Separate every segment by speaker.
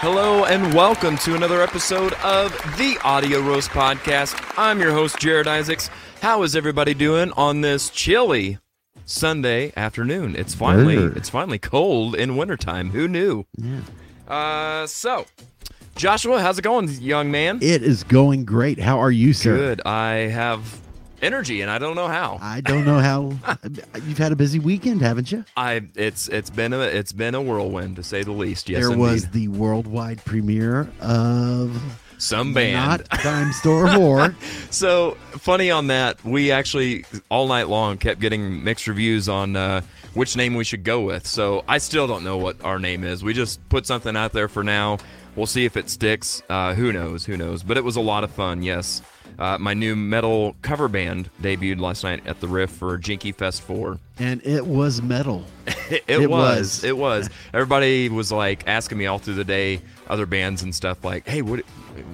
Speaker 1: Hello and welcome to another episode of the Audio Roast Podcast. I'm your host, Jared Isaacs. How is everybody doing on this chilly Sunday afternoon? It's finally
Speaker 2: Brr.
Speaker 1: it's finally cold in wintertime. Who knew?
Speaker 2: Yeah.
Speaker 1: Uh so Joshua, how's it going, young man?
Speaker 2: It is going great. How are you, sir?
Speaker 1: Good. I have energy and I don't know how.
Speaker 2: I don't know how uh, you've had a busy weekend, haven't you?
Speaker 1: I it's it's been a it's been a whirlwind to say the least. Yes,
Speaker 2: there
Speaker 1: indeed.
Speaker 2: was the worldwide premiere of
Speaker 1: some band.
Speaker 2: Not Dime Store War.
Speaker 1: So funny on that. We actually all night long kept getting mixed reviews on uh, which name we should go with. So I still don't know what our name is. We just put something out there for now. We'll see if it sticks. Uh, who knows? Who knows? But it was a lot of fun. Yes, uh, my new metal cover band debuted last night at the Riff for Jinky Fest Four.
Speaker 2: and it was metal.
Speaker 1: It, it
Speaker 2: It
Speaker 1: was.
Speaker 2: was.
Speaker 1: It was. Everybody was like asking me all through the day, other bands and stuff, like, "Hey, what,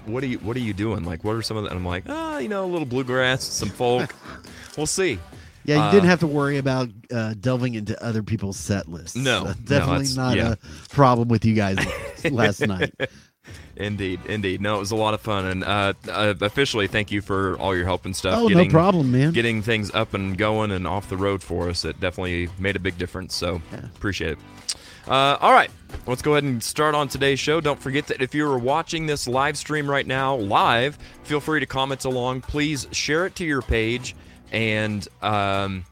Speaker 1: what are you, what are you doing? Like, what are some of the?" And I'm like, "Ah, you know, a little bluegrass, some folk. we'll see."
Speaker 2: Yeah, you
Speaker 1: Uh,
Speaker 2: didn't have to worry about uh, delving into other people's set lists. Uh,
Speaker 1: No, no,
Speaker 2: definitely
Speaker 1: that's-
Speaker 2: not
Speaker 1: yeah.
Speaker 2: a problem with you guys last night.
Speaker 1: Indeed, indeed. No, it was a lot of fun, and uh, uh, officially, thank you for all your help and stuff.
Speaker 2: Oh, no problem, man.
Speaker 1: Getting things up and going and off the road for us, it definitely made a big difference. So appreciate it. Uh, all right, let's go ahead and start on today's show. Don't forget that if you are watching this live stream right now, live, feel free to comment along. Please share it to your page and um,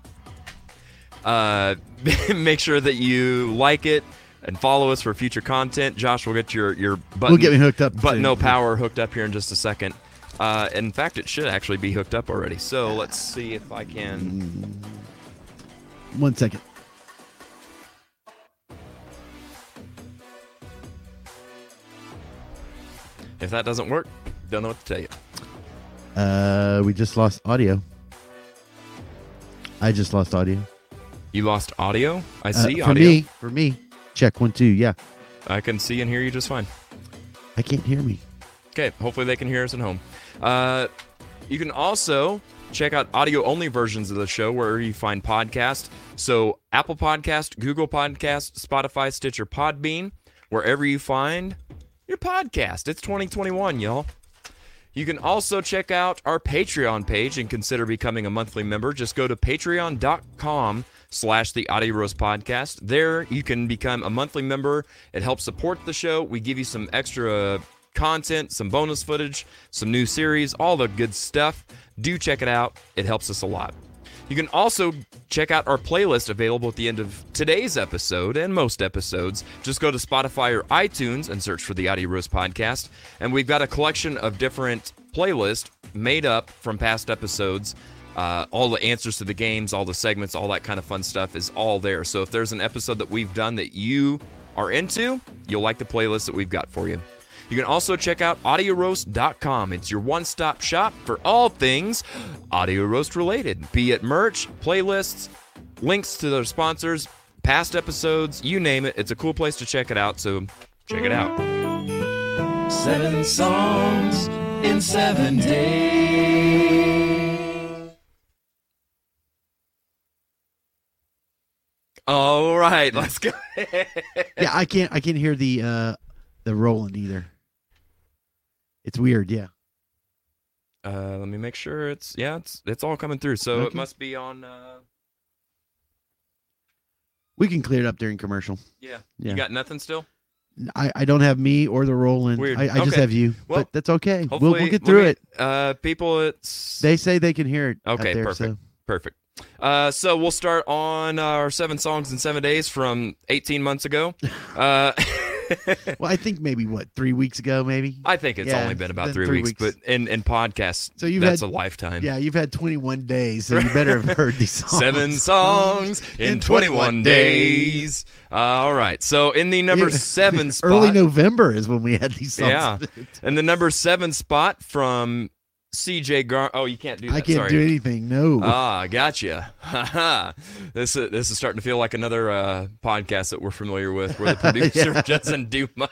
Speaker 1: uh, make sure that you like it and follow us for future content. Josh, we'll get your your button.
Speaker 2: We'll get me hooked up
Speaker 1: But
Speaker 2: soon.
Speaker 1: no power hooked up here in just a second. Uh, in fact, it should actually be hooked up already. So let's see if I can.
Speaker 2: One second.
Speaker 1: If that doesn't work, don't know what to tell you.
Speaker 2: Uh, we just lost audio. I just lost audio.
Speaker 1: You lost audio. I
Speaker 2: Uh,
Speaker 1: see
Speaker 2: for
Speaker 1: audio.
Speaker 2: me, for me. Check one, two. Yeah,
Speaker 1: I can see and hear you just fine.
Speaker 2: I can't hear me.
Speaker 1: Okay, hopefully they can hear us at home. Uh, you can also check out audio only versions of the show wherever you find podcasts. So Apple Podcast, Google Podcast, Spotify, Stitcher, Podbean, wherever you find your podcast. It's 2021, y'all. You can also check out our Patreon page and consider becoming a monthly member. Just go to patreon.com slash the Audio Rose Podcast. There you can become a monthly member. It helps support the show. We give you some extra content, some bonus footage, some new series, all the good stuff. Do check it out. It helps us a lot. You can also check out our playlist available at the end of today's episode and most episodes. Just go to Spotify or iTunes and search for the Audio Roast Podcast. And we've got a collection of different playlists made up from past episodes. Uh, all the answers to the games, all the segments, all that kind of fun stuff is all there. So if there's an episode that we've done that you are into, you'll like the playlist that we've got for you. You can also check out audioroast.com. It's your one stop shop for all things audio roast related, be it merch, playlists, links to their sponsors, past episodes, you name it. It's a cool place to check it out, so check it out. Seven songs in seven days. All right, let's go.
Speaker 2: yeah, I can't. I can't hear the uh the Roland either. It's weird. Yeah.
Speaker 1: Uh, let me make sure it's yeah, it's it's all coming through. So it
Speaker 2: Okay.
Speaker 1: must be on. Uh,
Speaker 2: We can clear it up during commercial.
Speaker 1: yeah.
Speaker 2: Yeah.
Speaker 1: you got nothing still.
Speaker 2: I, I don't have me or the Roland.
Speaker 1: Weird.
Speaker 2: I, I just
Speaker 1: Okay.
Speaker 2: have you.
Speaker 1: Well,
Speaker 2: but that's okay.
Speaker 1: Hopefully,
Speaker 2: We'll, we'll
Speaker 1: let
Speaker 2: get through
Speaker 1: me-
Speaker 2: it.
Speaker 1: Uh, people, it's
Speaker 2: They say they can hear it. out
Speaker 1: Okay,
Speaker 2: there,
Speaker 1: perfect.
Speaker 2: So.
Speaker 1: perfect. Uh, so we'll start on our seven songs in seven days from 18 months ago. Uh,
Speaker 2: Well, I think maybe what three weeks ago, maybe.
Speaker 1: I think it's
Speaker 2: Yeah,
Speaker 1: only been about
Speaker 2: been
Speaker 1: three,
Speaker 2: three
Speaker 1: weeks,
Speaker 2: weeks.
Speaker 1: but in in podcasts,
Speaker 2: So you've
Speaker 1: that's
Speaker 2: had-
Speaker 1: a lifetime.
Speaker 2: yeah, you've had 21 days, so you better have heard these songs.
Speaker 1: Seven songs in 21 days. Uh, All right. So in the number
Speaker 2: Yeah.
Speaker 1: seven spot,
Speaker 2: Early November is when we had these songs.
Speaker 1: Yeah. And the number seven spot from CJ Gar. Oh, you can't do that.
Speaker 2: I can't
Speaker 1: Sorry.
Speaker 2: do anything. No.
Speaker 1: Ah, gotcha. Haha. this is, this is starting to feel like another uh, podcast that we're familiar with, where the producer
Speaker 2: Yeah.
Speaker 1: doesn't do much.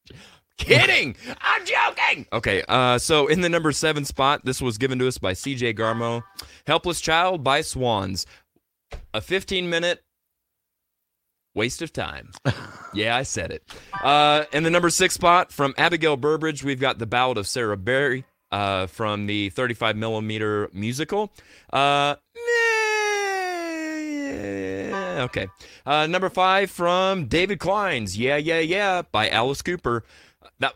Speaker 1: Kidding! I'm joking. Okay, uh, so in the number seven spot, this was given to us by C.J. Garmo, "Helpless Child" by Swans, a 15 minute Waste of time. yeah, I said it. Uh, in the number six spot from Abigail Burbridge, we've got The Ballad of Sarah Berry uh, from the 35 millimeter musical. Uh, meh, okay. Uh, number five from David Klein's Yeah, Yeah, Yeah by Alice Cooper. That,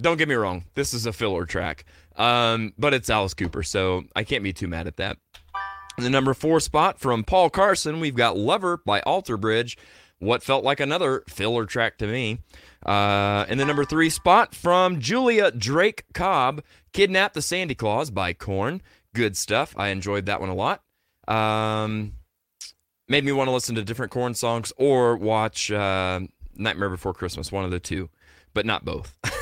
Speaker 1: don't get me wrong, this is a filler track, um, but it's Alice Cooper, so I can't be too mad at that. In the number four spot from Paul Carson, we've got Lover by Alter Bridge. What felt like another filler track to me. Uh, in the number three spot from Julia Drake Cobb, Kidnap the Sandy Claus by Korn. Good stuff. I enjoyed that one a lot. Um, made me want to listen to different Korn songs or watch uh, Nightmare Before Christmas, one of the two, but not both.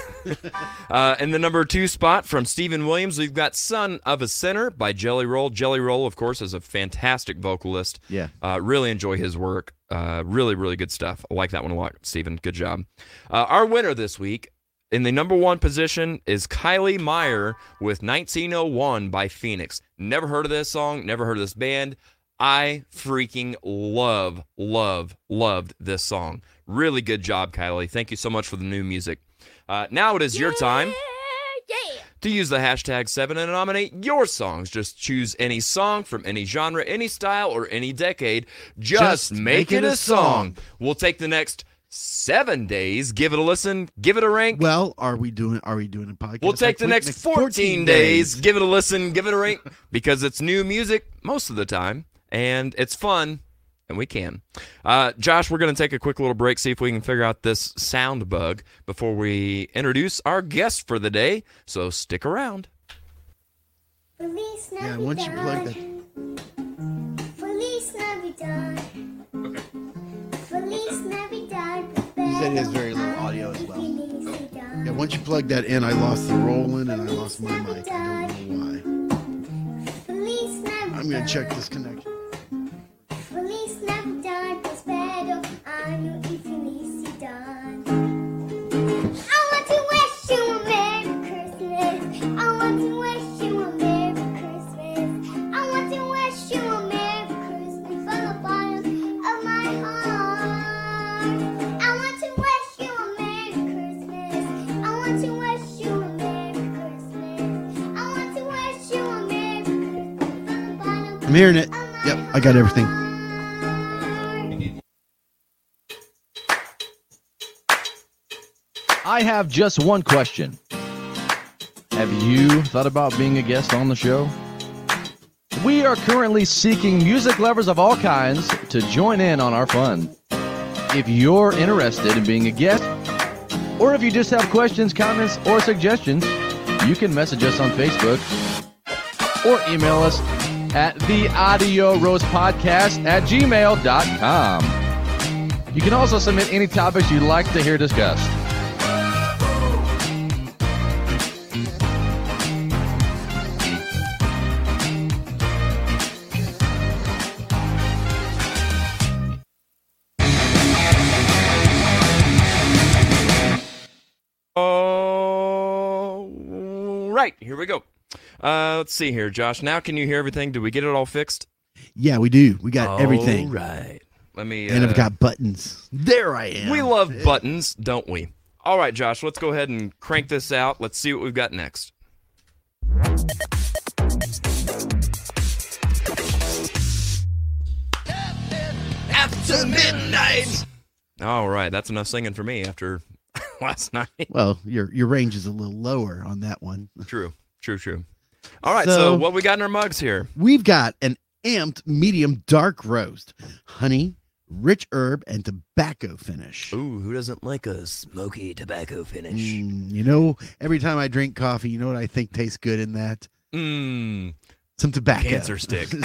Speaker 1: Uh, in the number two spot from Stephen Williams, we've got Son of a Sinner by Jelly Roll. Jelly Roll, of course, is a fantastic vocalist.
Speaker 2: Yeah.
Speaker 1: Uh, really enjoy his work. Uh, really, really good stuff. I like that one a lot, Stephen. Good job. Uh, our winner this week in the number one position is Kylie Meyer with 1901 by Phoenix. Never heard of this song, never heard of this band. I freaking love, love, loved this song. Really good job, Kylie. Thank you so much for the new music. Uh, now it is your time to use the hashtag 7 and nominate your songs. Just choose any song from any genre, any style, or any decade. Just, make, it a song. We'll take the next seven days, give it a listen, give it a rank.
Speaker 2: Well, are we doing? Are we doing a podcast?
Speaker 1: We'll take the
Speaker 2: week?
Speaker 1: next, 14, days, give it a listen, give it a rank, because it's new music most of the time, and it's fun, and we can. Uh, Josh, we're going to take a quick little break, see if we can figure out this sound bug before we introduce our guest for the day. So stick around.
Speaker 3: Feliz
Speaker 2: Yeah,
Speaker 3: Navidad.
Speaker 2: once you plug that.
Speaker 3: Feliz Navidad. Feliz Navidad.
Speaker 2: He said he has very low audio as well.
Speaker 3: Feliz Navidad.
Speaker 2: Yeah, once you plug that in, I lost the Roland and I lost my mic. I don't know why.
Speaker 3: Feliz Navidad.
Speaker 2: I'm gonna check this connection.
Speaker 3: Feliz Navidad. Prospero año y felicidad. I want to wish you a Merry Christmas. I want to wish you a Merry Christmas. I want to wish you a Merry Christmas from the bottom of my heart. I want to wish you a Merry Christmas. I want to wish you a Merry Christmas. I want to wish you a Merry Christmas from the bottom
Speaker 2: I'm hearing it.
Speaker 3: of my
Speaker 2: Yep, I got everything.
Speaker 3: heart.
Speaker 4: I have just one question. Have you thought about being a guest on the show? We are currently seeking music lovers of all kinds to join in on our fun. If you're interested in being a guest, or if you just have questions, comments, or suggestions, you can message us on Facebook or email us at the audio rose podcast at gmail.com. You can also submit any topics you'd like to hear discussed.
Speaker 1: All right, here we go. Uh, let's see here, Josh. Now, can you hear everything? Did we get it all fixed?
Speaker 2: Yeah, we do. We got everything.
Speaker 1: All right. Let me.
Speaker 2: And
Speaker 1: uh,
Speaker 2: I've got buttons. There I am.
Speaker 1: We love buttons, don't we? All right, Josh, let's go ahead and crank this out. Let's see what we've got next. After midnight. All right, that's enough singing for me after last night.
Speaker 2: Well, your your range is a little lower on that one.
Speaker 1: True, true, true. All right, so,
Speaker 2: So-
Speaker 1: what we got in our mugs here?
Speaker 2: We've got an amped medium dark roast, honey, rich herb, and tobacco finish.
Speaker 1: Ooh, who doesn't like a smoky tobacco finish?
Speaker 2: Mm, you know, every time I drink coffee, you know what I think tastes good in that?
Speaker 1: Mmm,
Speaker 2: Some tobacco.
Speaker 1: cancer stick.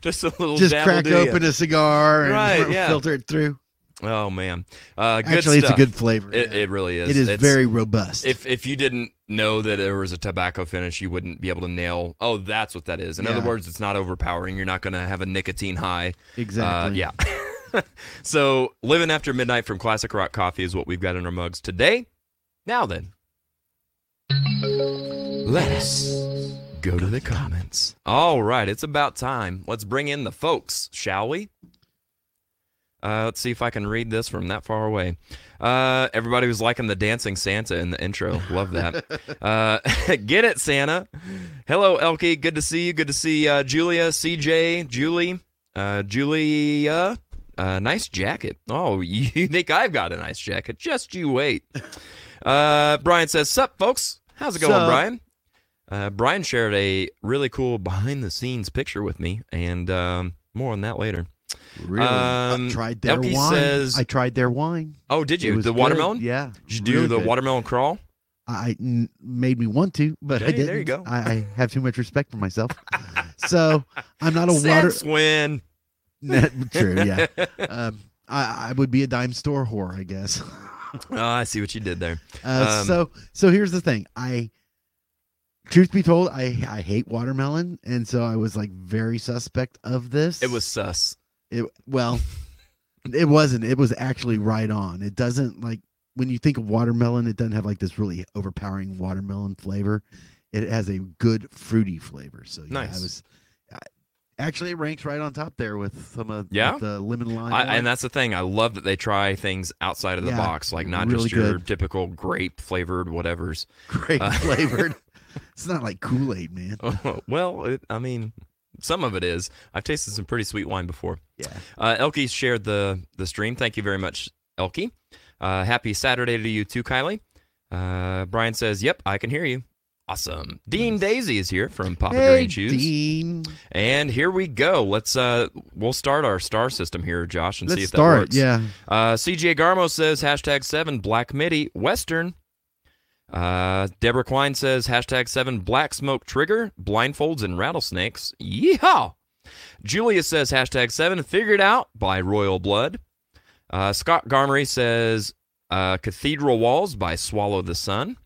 Speaker 1: Just a little
Speaker 2: Just
Speaker 1: dabble,
Speaker 2: crack
Speaker 1: do ya?
Speaker 2: open a cigar and
Speaker 1: Right,
Speaker 2: fil-
Speaker 1: yeah.
Speaker 2: filter it through.
Speaker 1: Oh man, uh, good
Speaker 2: Actually,
Speaker 1: stuff.
Speaker 2: it's a good flavor.
Speaker 1: It,
Speaker 2: yeah.
Speaker 1: it really is.
Speaker 2: it is
Speaker 1: It's-
Speaker 2: very robust.
Speaker 1: If if you didn't know that there was a tobacco finish, you wouldn't be able to nail. Oh, that's what that is. In other
Speaker 2: Yeah.
Speaker 1: words, it's not overpowering. You're not going to have a nicotine high. Uh,
Speaker 2: exactly.
Speaker 1: yeah. so, living after midnight from Classic Rock Coffee is what we've got in our mugs today. Now then, let us go to the comments. All right, it's about time. Let's bring in the folks, shall we? Uh, let's see if I can read this from that far away. Uh, everybody was liking the dancing Santa in the intro. Love that. uh, get it, Santa. Hello, Elkie. Good to see you. Good to see uh, Julia, CJ, Julie, uh, Julia. Uh, nice jacket. Oh, you think I've got a nice jacket? Just you wait. Uh, Brian says, "Sup, folks. How's it going,
Speaker 2: Sup?
Speaker 1: Brian?" Uh, Brian shared a really cool behind-the-scenes picture with me, and um, more on that later.
Speaker 2: Really?
Speaker 1: Um,
Speaker 2: I tried their
Speaker 1: Elke
Speaker 2: wine.
Speaker 1: says-
Speaker 2: I tried their wine.
Speaker 1: Oh, did
Speaker 2: It
Speaker 1: you
Speaker 2: was
Speaker 1: the
Speaker 2: good.
Speaker 1: watermelon?
Speaker 2: Yeah.
Speaker 1: Did you do
Speaker 2: really
Speaker 1: the
Speaker 2: good.
Speaker 1: watermelon crawl?
Speaker 2: I n- made me want to, but I
Speaker 1: Hey,
Speaker 2: didn't.
Speaker 1: there you go.
Speaker 2: I, I have too much respect for myself, so I'm not a water.
Speaker 1: Since when?
Speaker 2: Not- True, yeah. Um, I, I would be a dime store whore, I guess.
Speaker 1: Oh, I see what you did there.
Speaker 2: Uh,
Speaker 1: Um,
Speaker 2: so, so here's the thing. I, truth be told, I I hate watermelon, and so I was like very suspect of this.
Speaker 1: It was sus.
Speaker 2: it well, it wasn't. It was actually right on. It doesn't like when you think of watermelon, it doesn't have like this really overpowering watermelon flavor. It has a good fruity flavor. So yeah,
Speaker 1: Nice.
Speaker 2: I was. I, Actually, it ranks right on top there with some of
Speaker 1: Yeah?
Speaker 2: with the lemon lime.
Speaker 1: I, and that's the thing. I love that they try things outside of the
Speaker 2: Yeah,
Speaker 1: box, like not
Speaker 2: really
Speaker 1: just your
Speaker 2: good.
Speaker 1: typical grape flavored whatever's.
Speaker 2: grape
Speaker 1: Uh,
Speaker 2: flavored. it's not like Kool Aid, man.
Speaker 1: Oh, well, it, I mean, some of it is. I've tasted some pretty sweet wine before.
Speaker 2: Yeah.
Speaker 1: Uh, Elkie shared the the stream. Thank you very much, Elkie. Uh, happy Saturday to you too, Kylie. Uh, Brian says, "Yep, I can hear you." Awesome. Dean Daisy is here from Papa Green Shoes.
Speaker 2: Dean.
Speaker 1: Mm. And here we go. Let's uh we'll start our star system here, Josh, and
Speaker 2: Let's
Speaker 1: see if that
Speaker 2: start.
Speaker 1: works.
Speaker 2: Yeah.
Speaker 1: Uh CJ Garmo says hashtag seven black MIDI Western. Uh Deborah Quine says hashtag seven black smoke trigger, blindfolds and rattlesnakes. Yeehaw. Julia says hashtag seven figured out by Royal Blood. Uh Scott Garmory says uh Cathedral Walls by Swallow the Sun.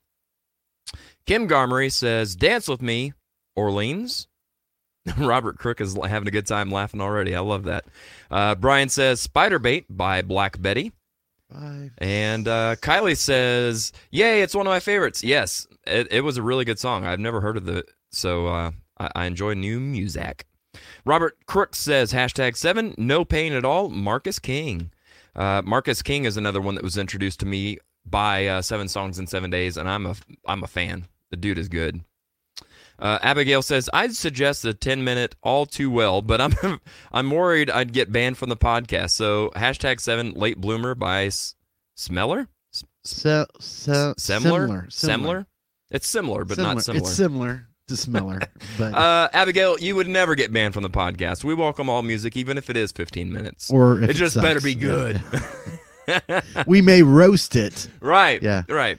Speaker 1: Kim Garmory says Dance with Me, Orleans. Robert Crook is having a good time laughing already. I love that. Uh, Brian says Spider Bait by Black Betty.
Speaker 2: Five.
Speaker 1: And uh, Kylie says, Yay, it's one of my favorites. Yes, it, it was a really good song. I've never heard of the, so uh, I, I enjoy new music. Robert Crook says, hashtag seven, no pain at all, Marcus King. Uh, Marcus King is another one that was introduced to me by uh, Seven Songs in Seven Days, and I'm a, I'm a fan. The dude is good. Uh, Abigail says, I'd suggest the 10 minute all too well, but I'm I'm worried I'd get banned from the podcast. So hashtag seven late bloomer by S- Smeller?
Speaker 2: So so
Speaker 1: Semler?
Speaker 2: similar.
Speaker 1: Semler? It's similar, but not similar.
Speaker 2: It's similar to Smeller, but
Speaker 1: uh, Abigail, you would never get banned from the podcast. We welcome all music, even if it is 15 minutes.
Speaker 2: or if
Speaker 1: it just
Speaker 2: sucks.
Speaker 1: better be good.
Speaker 2: we may roast it.
Speaker 1: right.
Speaker 2: Yeah.
Speaker 1: Right.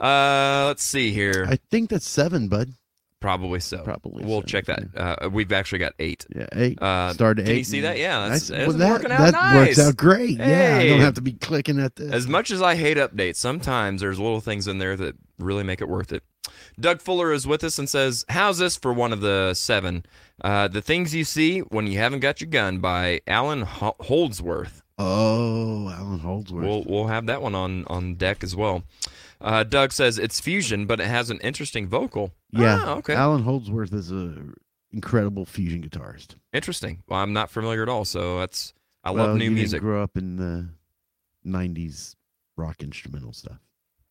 Speaker 1: Uh, let's see here.
Speaker 2: I think that's seven, bud.
Speaker 1: probably so.
Speaker 2: Probably
Speaker 1: We'll
Speaker 2: so,
Speaker 1: check that. Uh, we've actually got eight.
Speaker 2: Yeah, eight.
Speaker 1: Uh,
Speaker 2: Start at
Speaker 1: can
Speaker 2: eight.
Speaker 1: you see that? Yeah, that's,
Speaker 2: Nice.
Speaker 1: that's
Speaker 2: well, that,
Speaker 1: working out
Speaker 2: that
Speaker 1: nice.
Speaker 2: works out great. Yeah, I
Speaker 1: Hey.
Speaker 2: don't have to be clicking at this.
Speaker 1: As much as I hate updates, sometimes there's little things in there that really make it worth it. Doug Fuller is with us and says, "How's this for one of the seven? Uh, the things you see when you haven't got your gun by Alan Ho- Holdsworth.
Speaker 2: oh, Alan Holdsworth.
Speaker 1: We'll we'll have that one on on deck as well." Uh, Doug says it's fusion, but it has an interesting vocal.
Speaker 2: yeah,
Speaker 1: Ah, okay,
Speaker 2: Alan Holdsworth is a incredible fusion guitarist.
Speaker 1: interesting. Well, I'm not familiar at all, so that's I
Speaker 2: Well,
Speaker 1: love
Speaker 2: you
Speaker 1: new
Speaker 2: didn't
Speaker 1: music.
Speaker 2: Grow up in the '90s rock instrumental stuff.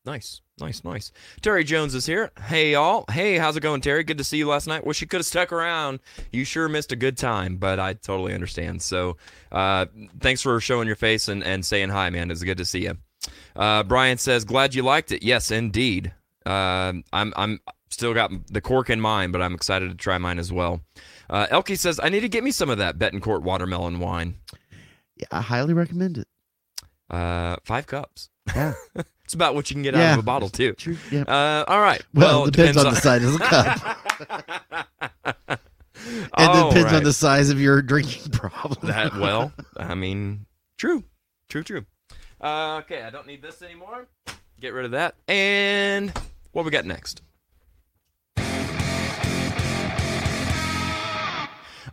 Speaker 1: Nice, nice, nice. Terry Jones is here. Hey, y'all. Hey, how's it going, Terry? Good to see you last night. Wish you could have stuck around. You sure missed a good time, but I totally understand. So, uh, thanks for showing your face and, and saying hi, man. It's good to see you. Uh, Brian says, glad you liked it. Yes, indeed. Um I'm I'm still got the cork in mine, but I'm excited to try mine as well. Uh, Elkie says, I need to get me some of that Betancourt watermelon wine.
Speaker 2: Yeah, I highly recommend it.
Speaker 1: Uh, five cups.
Speaker 2: Yeah.
Speaker 1: it's about what you can get out
Speaker 2: Yeah.
Speaker 1: of a bottle, too.
Speaker 2: True. Yeah.
Speaker 1: Uh, all right.
Speaker 2: well, it depends, on, the
Speaker 1: size.
Speaker 2: size of the cup. It
Speaker 1: All
Speaker 2: depends
Speaker 1: right.
Speaker 2: on the size of your drinking problem.
Speaker 1: That well, I mean, true, true, true. Uh, okay, I don't need this anymore. Get rid of that. And what we got next?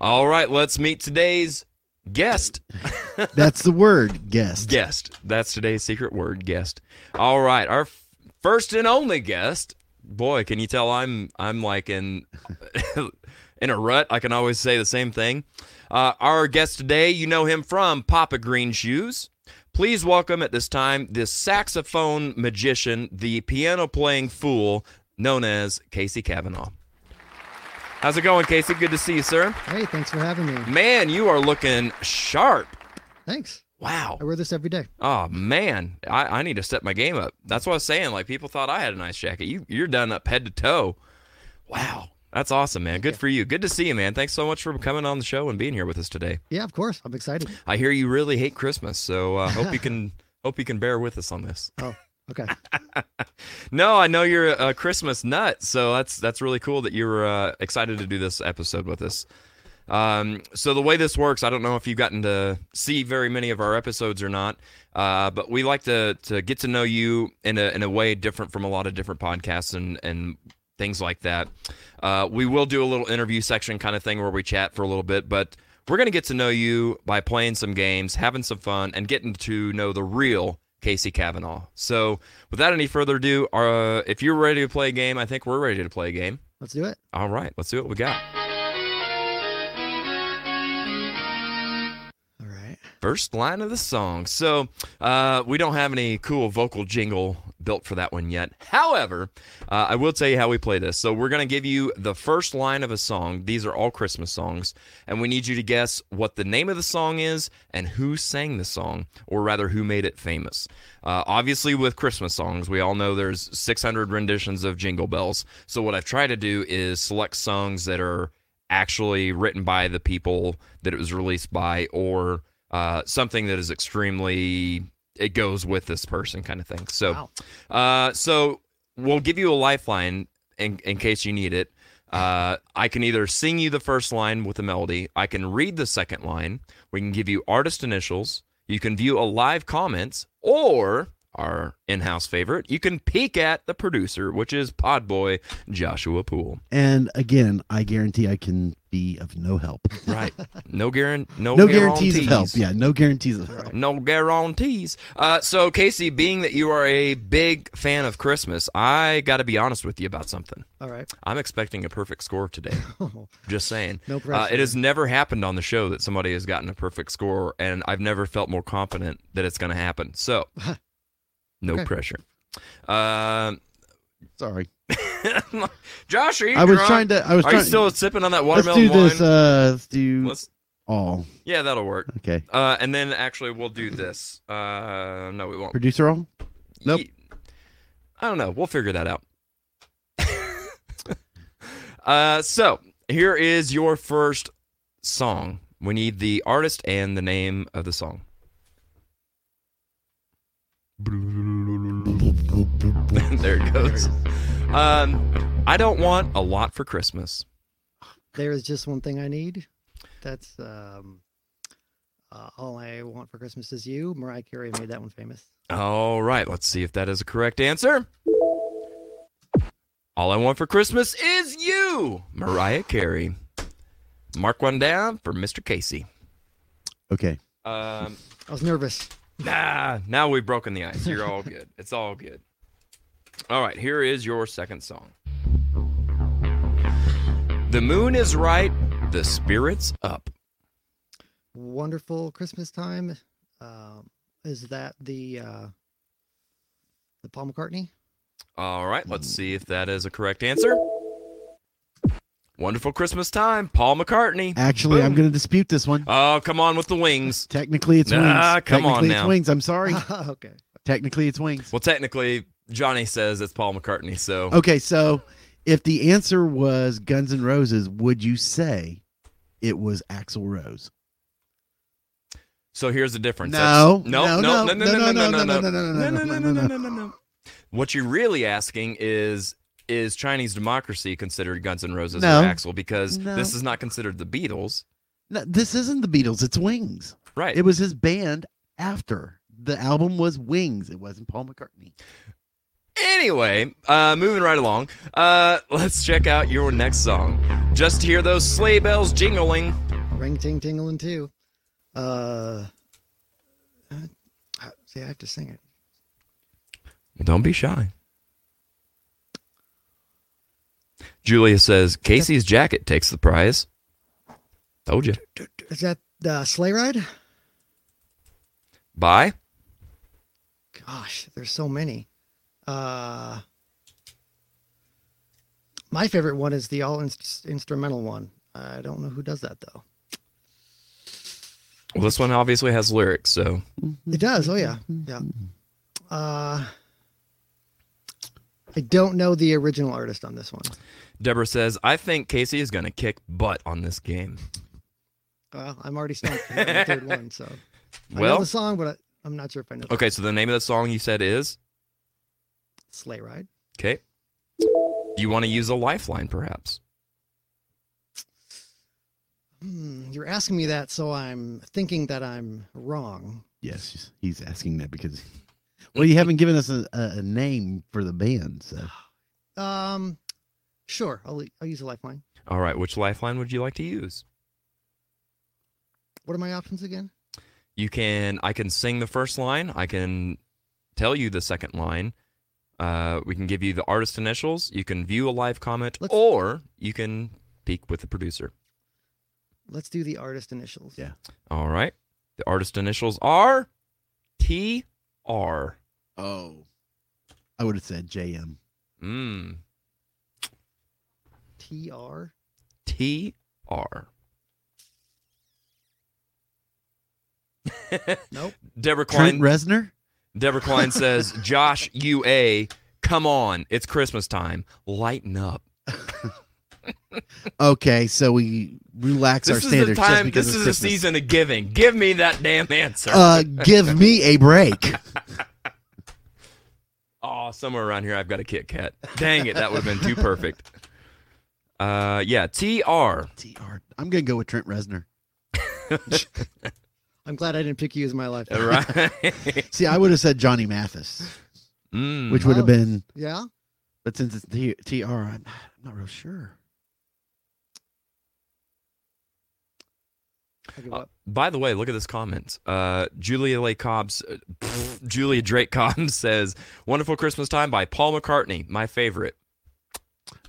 Speaker 1: All right, let's meet today's guest.
Speaker 2: That's the word. Guest.
Speaker 1: Guest. That's today's secret word. Guest. All right, our f- first and only guest. Boy, can you tell I'm I'm like in in a rut, I can always say the same thing. Uh, our guest today, you know him from Papa Green Shoes. Please welcome at this time the saxophone magician, the piano playing fool known as Casey Kavanaugh. How's it going, Casey? Good to see you, sir.
Speaker 5: Hey, thanks for having me.
Speaker 1: Man, you are looking sharp.
Speaker 5: Thanks.
Speaker 1: Wow.
Speaker 5: I wear this every day.
Speaker 1: Oh man, I, I need to step my game up. That's what I was saying. Like people thought I had a nice jacket. You you're done up head to toe. Wow, that's awesome, man. Good for you. Good to see you, man. Thanks so much for coming on the show and being here with us today.
Speaker 5: Yeah, of course. I'm excited.
Speaker 1: I hear you really hate Christmas, so uh, hope you can hope you can bear with us on this.
Speaker 5: Oh, Okay.
Speaker 1: No, I know you're a Christmas nut, so that's that's really cool that you were uh, excited to do this episode with us. Um, so the way this works, I don't know if you've gotten to see very many of our episodes or not, uh, but we like to to get to know you in a in a way different from a lot of different podcasts and and things like that. Uh, we will do a little interview section kind of thing where we chat for a little bit, but we're gonna get to know you by playing some games, having some fun, and getting to know the real Casey Kavanaugh. So without any further ado, uh, if you're ready to play a game, I think we're ready to play a game.
Speaker 5: Let's do it.
Speaker 1: All right, let's see what we got.
Speaker 5: All right.
Speaker 1: First line of the song. So uh, we don't have any cool vocal jingle built for that one yet. However, uh, I will tell you how we play this. So we're going to give you the first line of a song. These are all Christmas songs, and we need you to guess what the name of the song is and who sang the song, or rather, who made it famous. Uh, obviously, with Christmas songs, we all know there's 600 renditions of Jingle Bells. So what I've tried to do is select songs that are actually written by the people that it was released by or uh, something that is extremely it goes with this person kind of thing so uh, so we'll give you a lifeline in, in case you need it uh, i can either sing you the first line with a melody i can read the second line we can give you artist initials you can view a live comments or our in-house favorite you can peek at the producer which is podboy joshua poole
Speaker 2: And again, I guarantee I can be of no help.
Speaker 1: Right. No guarantee. No,
Speaker 2: No guarantees of
Speaker 1: guarantees.
Speaker 2: help. Yeah, no guarantees of help.
Speaker 1: No guarantees. Uh, so Casey, being that you are a big fan of Christmas, I got to be honest with you about something.
Speaker 5: All right.
Speaker 1: I'm expecting a perfect score today.
Speaker 2: Oh.
Speaker 1: Just saying.
Speaker 5: No
Speaker 1: Uh,
Speaker 5: pressure.
Speaker 1: it has never happened on the show that somebody has gotten a perfect score, and I've never felt more confident that it's going to happen. So, no
Speaker 5: Okay.
Speaker 1: pressure. Uh,
Speaker 2: Sorry.
Speaker 1: Josh, are you?
Speaker 2: I was
Speaker 1: drunk?
Speaker 2: trying to I was
Speaker 1: Are
Speaker 2: trying
Speaker 1: you still sipping on that
Speaker 2: Let's
Speaker 1: watermelon
Speaker 2: do this
Speaker 1: wine?
Speaker 2: uh let's do
Speaker 1: Let's-
Speaker 2: all.
Speaker 1: yeah, that'll work.
Speaker 2: Okay.
Speaker 1: Uh, and then actually, we'll do this. Uh, no, we won't.
Speaker 2: Producer all? Nope.
Speaker 1: Ye- I don't know. We'll figure that out. uh, so here is your first song. We need the artist and the name of the song. there it goes. Um, I don't want a lot for Christmas.
Speaker 5: There is just one thing I need. That's um, uh, all I want for Christmas is you. Mariah Carey made that one famous.
Speaker 1: All right, let's see if that is a correct answer. All I want for Christmas is you, Mariah Carey. Mark one down for Mr. Casey.
Speaker 2: Okay.
Speaker 1: Um,
Speaker 5: I was nervous.
Speaker 1: nah, now we've broken the ice. You're all good. It's all good. All right, here is your second song. The moon is right, the spirit's up.
Speaker 5: Wonderful Christmas time. Um, is that the uh, the Paul McCartney?
Speaker 1: All right, let's see if that is a correct answer. Wonderful Christmas time, Paul McCartney.
Speaker 2: Actually, I'm
Speaker 1: Boom.
Speaker 2: going to dispute this one.
Speaker 1: Oh, come on with the wings.
Speaker 2: Technically it's
Speaker 1: Nah,
Speaker 2: wings.
Speaker 1: come on
Speaker 2: Technically it's
Speaker 1: now.
Speaker 2: wings. I'm sorry.
Speaker 5: okay.
Speaker 2: Technically it's wings.
Speaker 1: Well, technically, Johnny says it's Paul McCartney. So
Speaker 2: Okay, so if the answer was Guns N' Roses, would you say it was Axl Rose?
Speaker 1: so here's the difference.
Speaker 2: Oh, No,
Speaker 1: That's- no, no, no, no, no, no, no, no,
Speaker 2: no, no, no, no, no,
Speaker 1: no, no. What you're really asking is is Chinese democracy considered Guns N' Roses
Speaker 2: No.
Speaker 1: or Axel? Because
Speaker 2: No.
Speaker 1: this is not considered the Beatles,
Speaker 2: no. This isn't the Beatles. It's Wings.
Speaker 1: right?
Speaker 2: It was his band after the album was Wings. It wasn't Paul McCartney.
Speaker 1: Anyway, uh, moving right along, uh, let's check out your next song. Just hear those sleigh bells jingling.
Speaker 5: Ring ting tingling too. Uh, uh, I- see, I have to sing it.
Speaker 1: Don't be shy. Julia says Casey's jacket takes the prize. Told you.
Speaker 5: Is that the sleigh ride?
Speaker 1: Bye.
Speaker 5: Gosh, there's so many. Uh, my favorite one is the all inst- instrumental one. I don't know who does that though.
Speaker 1: Well, this one obviously has lyrics, so
Speaker 5: It does. Oh yeah, yeah. Uh, I don't know the original artist on this one.
Speaker 1: Deborah says, I think Casey is gonna kick butt on this game.
Speaker 5: Well, I'm already stumped. for the third one, so I know
Speaker 1: Well,
Speaker 5: the song, but I, I'm not sure if I know. the
Speaker 1: okay, so the name of the song you said is
Speaker 5: Sleigh ride.
Speaker 1: Okay. Do you want to use a lifeline, perhaps?
Speaker 5: Hmm, you're asking me that, so I'm thinking that I'm wrong.
Speaker 2: Yes, he's asking that because, well, you haven't given us a, a a name for the band, so
Speaker 5: Um, sure, I'll I'll use a lifeline.
Speaker 1: All right, which lifeline would you like to use?
Speaker 5: What are my options again?
Speaker 1: You can I can sing the first line, I can tell you the second line. Uh, we can give you the artist initials, you can view a live comment,
Speaker 5: Let's-
Speaker 1: or you can peek with the producer.
Speaker 5: Let's do the artist initials.
Speaker 2: Yeah.
Speaker 1: All right. The artist initials are T R.
Speaker 2: oh, I would have said JM.
Speaker 1: Mm.
Speaker 5: T R.
Speaker 1: T R.
Speaker 5: Nope.
Speaker 1: Deborah Klein.
Speaker 2: Trent Reznor.
Speaker 1: Deborah Klein says, Josh UA, come on. It's Christmas time. Lighten up.
Speaker 2: Okay, so we relax our
Speaker 1: This is the
Speaker 2: standards just
Speaker 1: time.
Speaker 2: because
Speaker 1: This
Speaker 2: it's
Speaker 1: is the
Speaker 2: Christmas.
Speaker 1: season of giving. Give me that damn answer.
Speaker 2: Uh, give me a break.
Speaker 1: oh, somewhere around here, I've got a Kit Kat. Dang it. That would have been too perfect. Uh, yeah. TR.
Speaker 2: TR. I'm gonna go with Trent Reznor.
Speaker 5: I'm glad I didn't pick you as my lifeline.
Speaker 1: Right.
Speaker 2: See, I would have said Johnny Mathis,
Speaker 1: Mm.
Speaker 2: which would
Speaker 5: Oh.
Speaker 2: have been,
Speaker 5: Yeah.
Speaker 2: but since it's T- TR, I'm, I'm not real sure.
Speaker 5: I give
Speaker 1: Uh,
Speaker 5: up.
Speaker 1: By the way, look at this comment. Uh, Julia Lay Cobbs, uh, pff, Julia Drake Cobbs says, "Wonderful Christmas Time" by Paul McCartney, my favorite.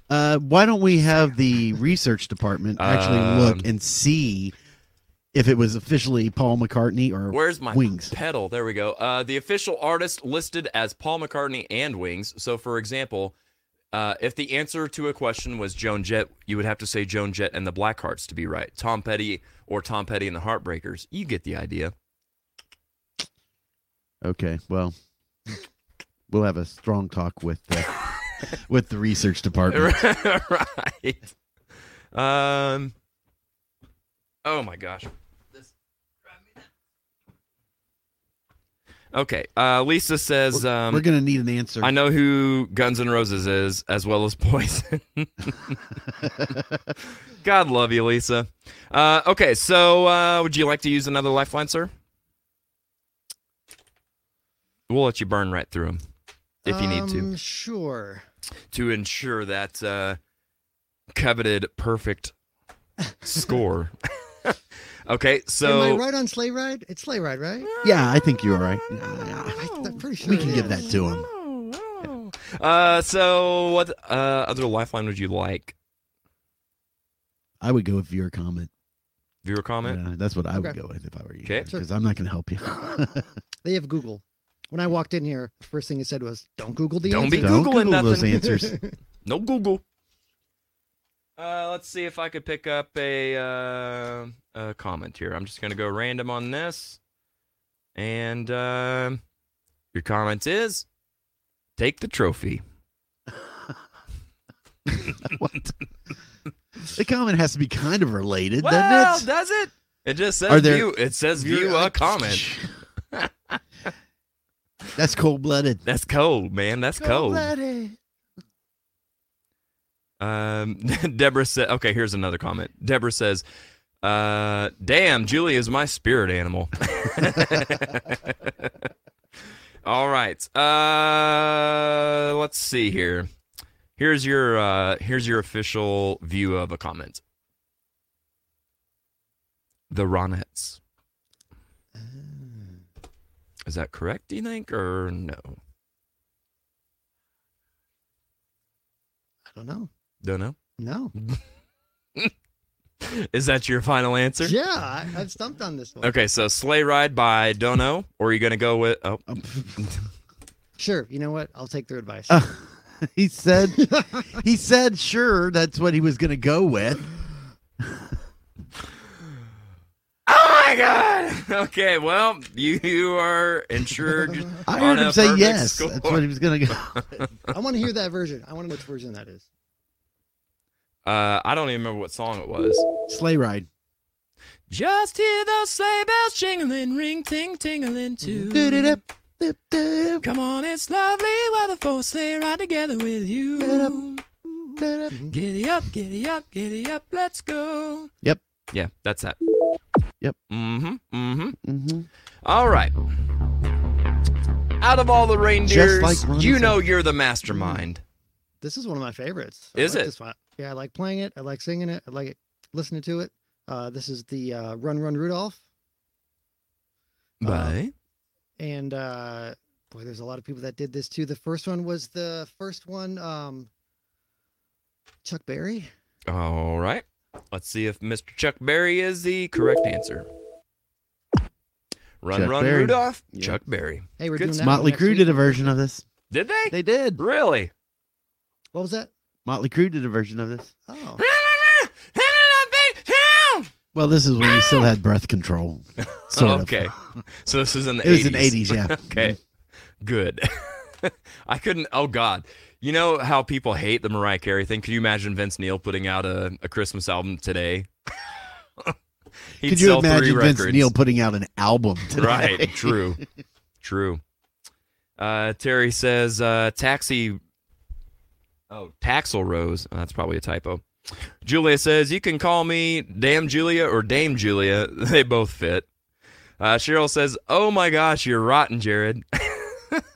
Speaker 2: Uh, why don't we have the research department actually
Speaker 1: Um,
Speaker 2: look and see if it was officially Paul McCartney or
Speaker 1: Where's my
Speaker 2: Wings?
Speaker 1: pedal? There we go. Uh, the official artist listed as Paul McCartney and Wings. So, for example, uh, if the answer to a question was Joan Jett, you would have to say Joan Jett and the Blackhearts to be right. Tom Petty or Tom Petty and the Heartbreakers. You get the idea.
Speaker 2: Okay, well, we'll have a strong talk with the, with the research department.
Speaker 1: right. Um. Oh my gosh. Okay. Uh, Lisa says, um,
Speaker 2: We're gonna need an answer.
Speaker 1: "I know who Guns N' Roses is, as well as Poison." God love you, Lisa. Uh, okay, so uh, would you like to use another lifeline, sir? We'll let you burn right through them if you need to
Speaker 5: Um, Sure.
Speaker 1: to ensure that uh, coveted perfect score. okay,
Speaker 5: Am I
Speaker 1: so
Speaker 5: right on sleigh ride? It's sleigh ride, right?
Speaker 2: yeah, I think you're right. Yeah,
Speaker 5: I,
Speaker 1: Oh,
Speaker 5: I'm pretty sure
Speaker 2: we
Speaker 5: it
Speaker 2: can give
Speaker 5: is.
Speaker 2: that to him.
Speaker 1: uh, so what uh, other lifeline would you like?
Speaker 2: I would go with your comment.
Speaker 1: Viewer comment.
Speaker 2: Yeah, that's what I would
Speaker 5: Okay.
Speaker 2: go with if I were you.
Speaker 1: Okay.
Speaker 2: Because I'm not going to help you.
Speaker 5: They have Google. When I walked in here, the first thing it said was, "Don't Google the
Speaker 1: Don't be
Speaker 5: answers."
Speaker 2: Don't
Speaker 1: Googling
Speaker 2: Google those
Speaker 1: nothing.
Speaker 2: answers.
Speaker 1: No Google. Uh, let's see if I could pick up a, uh, a comment here. I'm just gonna go random on this, and uh, your comment is take the trophy.
Speaker 2: what? The comment has to be kind of related,
Speaker 1: Well,
Speaker 2: doesn't it?
Speaker 1: does it? It just
Speaker 2: Are
Speaker 1: says
Speaker 2: there-
Speaker 1: view. It says view a comment.
Speaker 2: that's cold blooded.
Speaker 1: That's cold, man. That's cold. Um, Deborah said, "Okay, here's another comment." Deborah says, "Uh, damn, Julie is my spirit animal." All right. Uh, let's see here. Here's your uh, here's your official view of a comment. The Ronettes.
Speaker 5: Ah.
Speaker 1: Is that correct? Do you think or no?
Speaker 5: I don't know.
Speaker 1: Don't know.
Speaker 5: No.
Speaker 1: Is that your final answer?
Speaker 5: Yeah, I, I've stumped on this one.
Speaker 1: Okay, so Sleigh Ride by Dono, or are you gonna go with? Oh,
Speaker 2: Um,
Speaker 5: Sure. You know what? I'll take their advice.
Speaker 2: uh, he said he said sure that's what he was going to go with.
Speaker 1: oh my God! Okay, well, you, you are insured.
Speaker 2: I
Speaker 1: on
Speaker 2: heard him
Speaker 1: a
Speaker 2: say
Speaker 1: perfect
Speaker 2: yes.
Speaker 1: score.
Speaker 2: That's what he was going to go.
Speaker 5: I want to hear that version. I want to know which version that is.
Speaker 1: Uh, I don't even remember what song it was.
Speaker 2: Sleigh ride.
Speaker 1: Just hear those sleigh bells jingling, ring ting tingling too.
Speaker 2: Doo-doo-doo, doo-doo,
Speaker 1: Come on, it's lovely weather for a sleigh ride together with
Speaker 2: Get up.
Speaker 1: you.
Speaker 2: doo-doo.
Speaker 1: Giddy up, giddy up, giddy up, let's go.
Speaker 2: Yep.
Speaker 1: Yeah, that's that.
Speaker 2: Yep.
Speaker 1: Mm-hmm. Mm-hmm.
Speaker 2: Mhm.
Speaker 1: All right. Out of all the reindeers,
Speaker 2: like Ron
Speaker 1: you
Speaker 2: said.
Speaker 1: know you're the mastermind.
Speaker 5: This is one of my favorites.
Speaker 1: Is
Speaker 5: like
Speaker 1: it?
Speaker 5: This one. Yeah, I like playing it. I like singing it. I like it, listening to it. Uh, this is the uh, Run Run Rudolph,
Speaker 1: Bye.
Speaker 5: and uh, boy, there's a lot of people that did this too. The first one was the first one. Um, Chuck Berry.
Speaker 1: all right. Let's see if Mr. Chuck Berry is the correct answer. Run,
Speaker 2: Chuck
Speaker 1: run,
Speaker 2: Berry.
Speaker 1: Rudolph.
Speaker 2: Yeah.
Speaker 1: Chuck Berry.
Speaker 5: Hey, we're
Speaker 1: Good
Speaker 5: doing that one
Speaker 2: Motley
Speaker 5: next
Speaker 2: Crue
Speaker 5: week.
Speaker 2: did a version of this.
Speaker 1: Did they?
Speaker 2: They did.
Speaker 1: Really?
Speaker 5: What was that?
Speaker 2: Motley Crue did a version of this.
Speaker 5: Oh,
Speaker 2: Well, this is when we still had breath control. Sort of.
Speaker 1: Ah! Oh, okay. So this is in the
Speaker 2: It was
Speaker 1: 80s.
Speaker 2: in the 80s, yeah.
Speaker 1: Okay. Good. I couldn't. Oh God. You know how people hate the Mariah Carey thing. Could you imagine Vince Neil putting out a, a Christmas album today? He'd
Speaker 2: Could you
Speaker 1: sell
Speaker 2: imagine
Speaker 1: three
Speaker 2: Vince
Speaker 1: records.
Speaker 2: Neil putting out an album today?
Speaker 1: Right. True. True. Uh, Terry says uh, taxi. Oh, Taxel Rose. Oh, that's probably a typo. Julia says you can call me Damn Julia or Dame Julia. They both fit. Uh, Cheryl says, "Oh my gosh, you're rotten, Jared."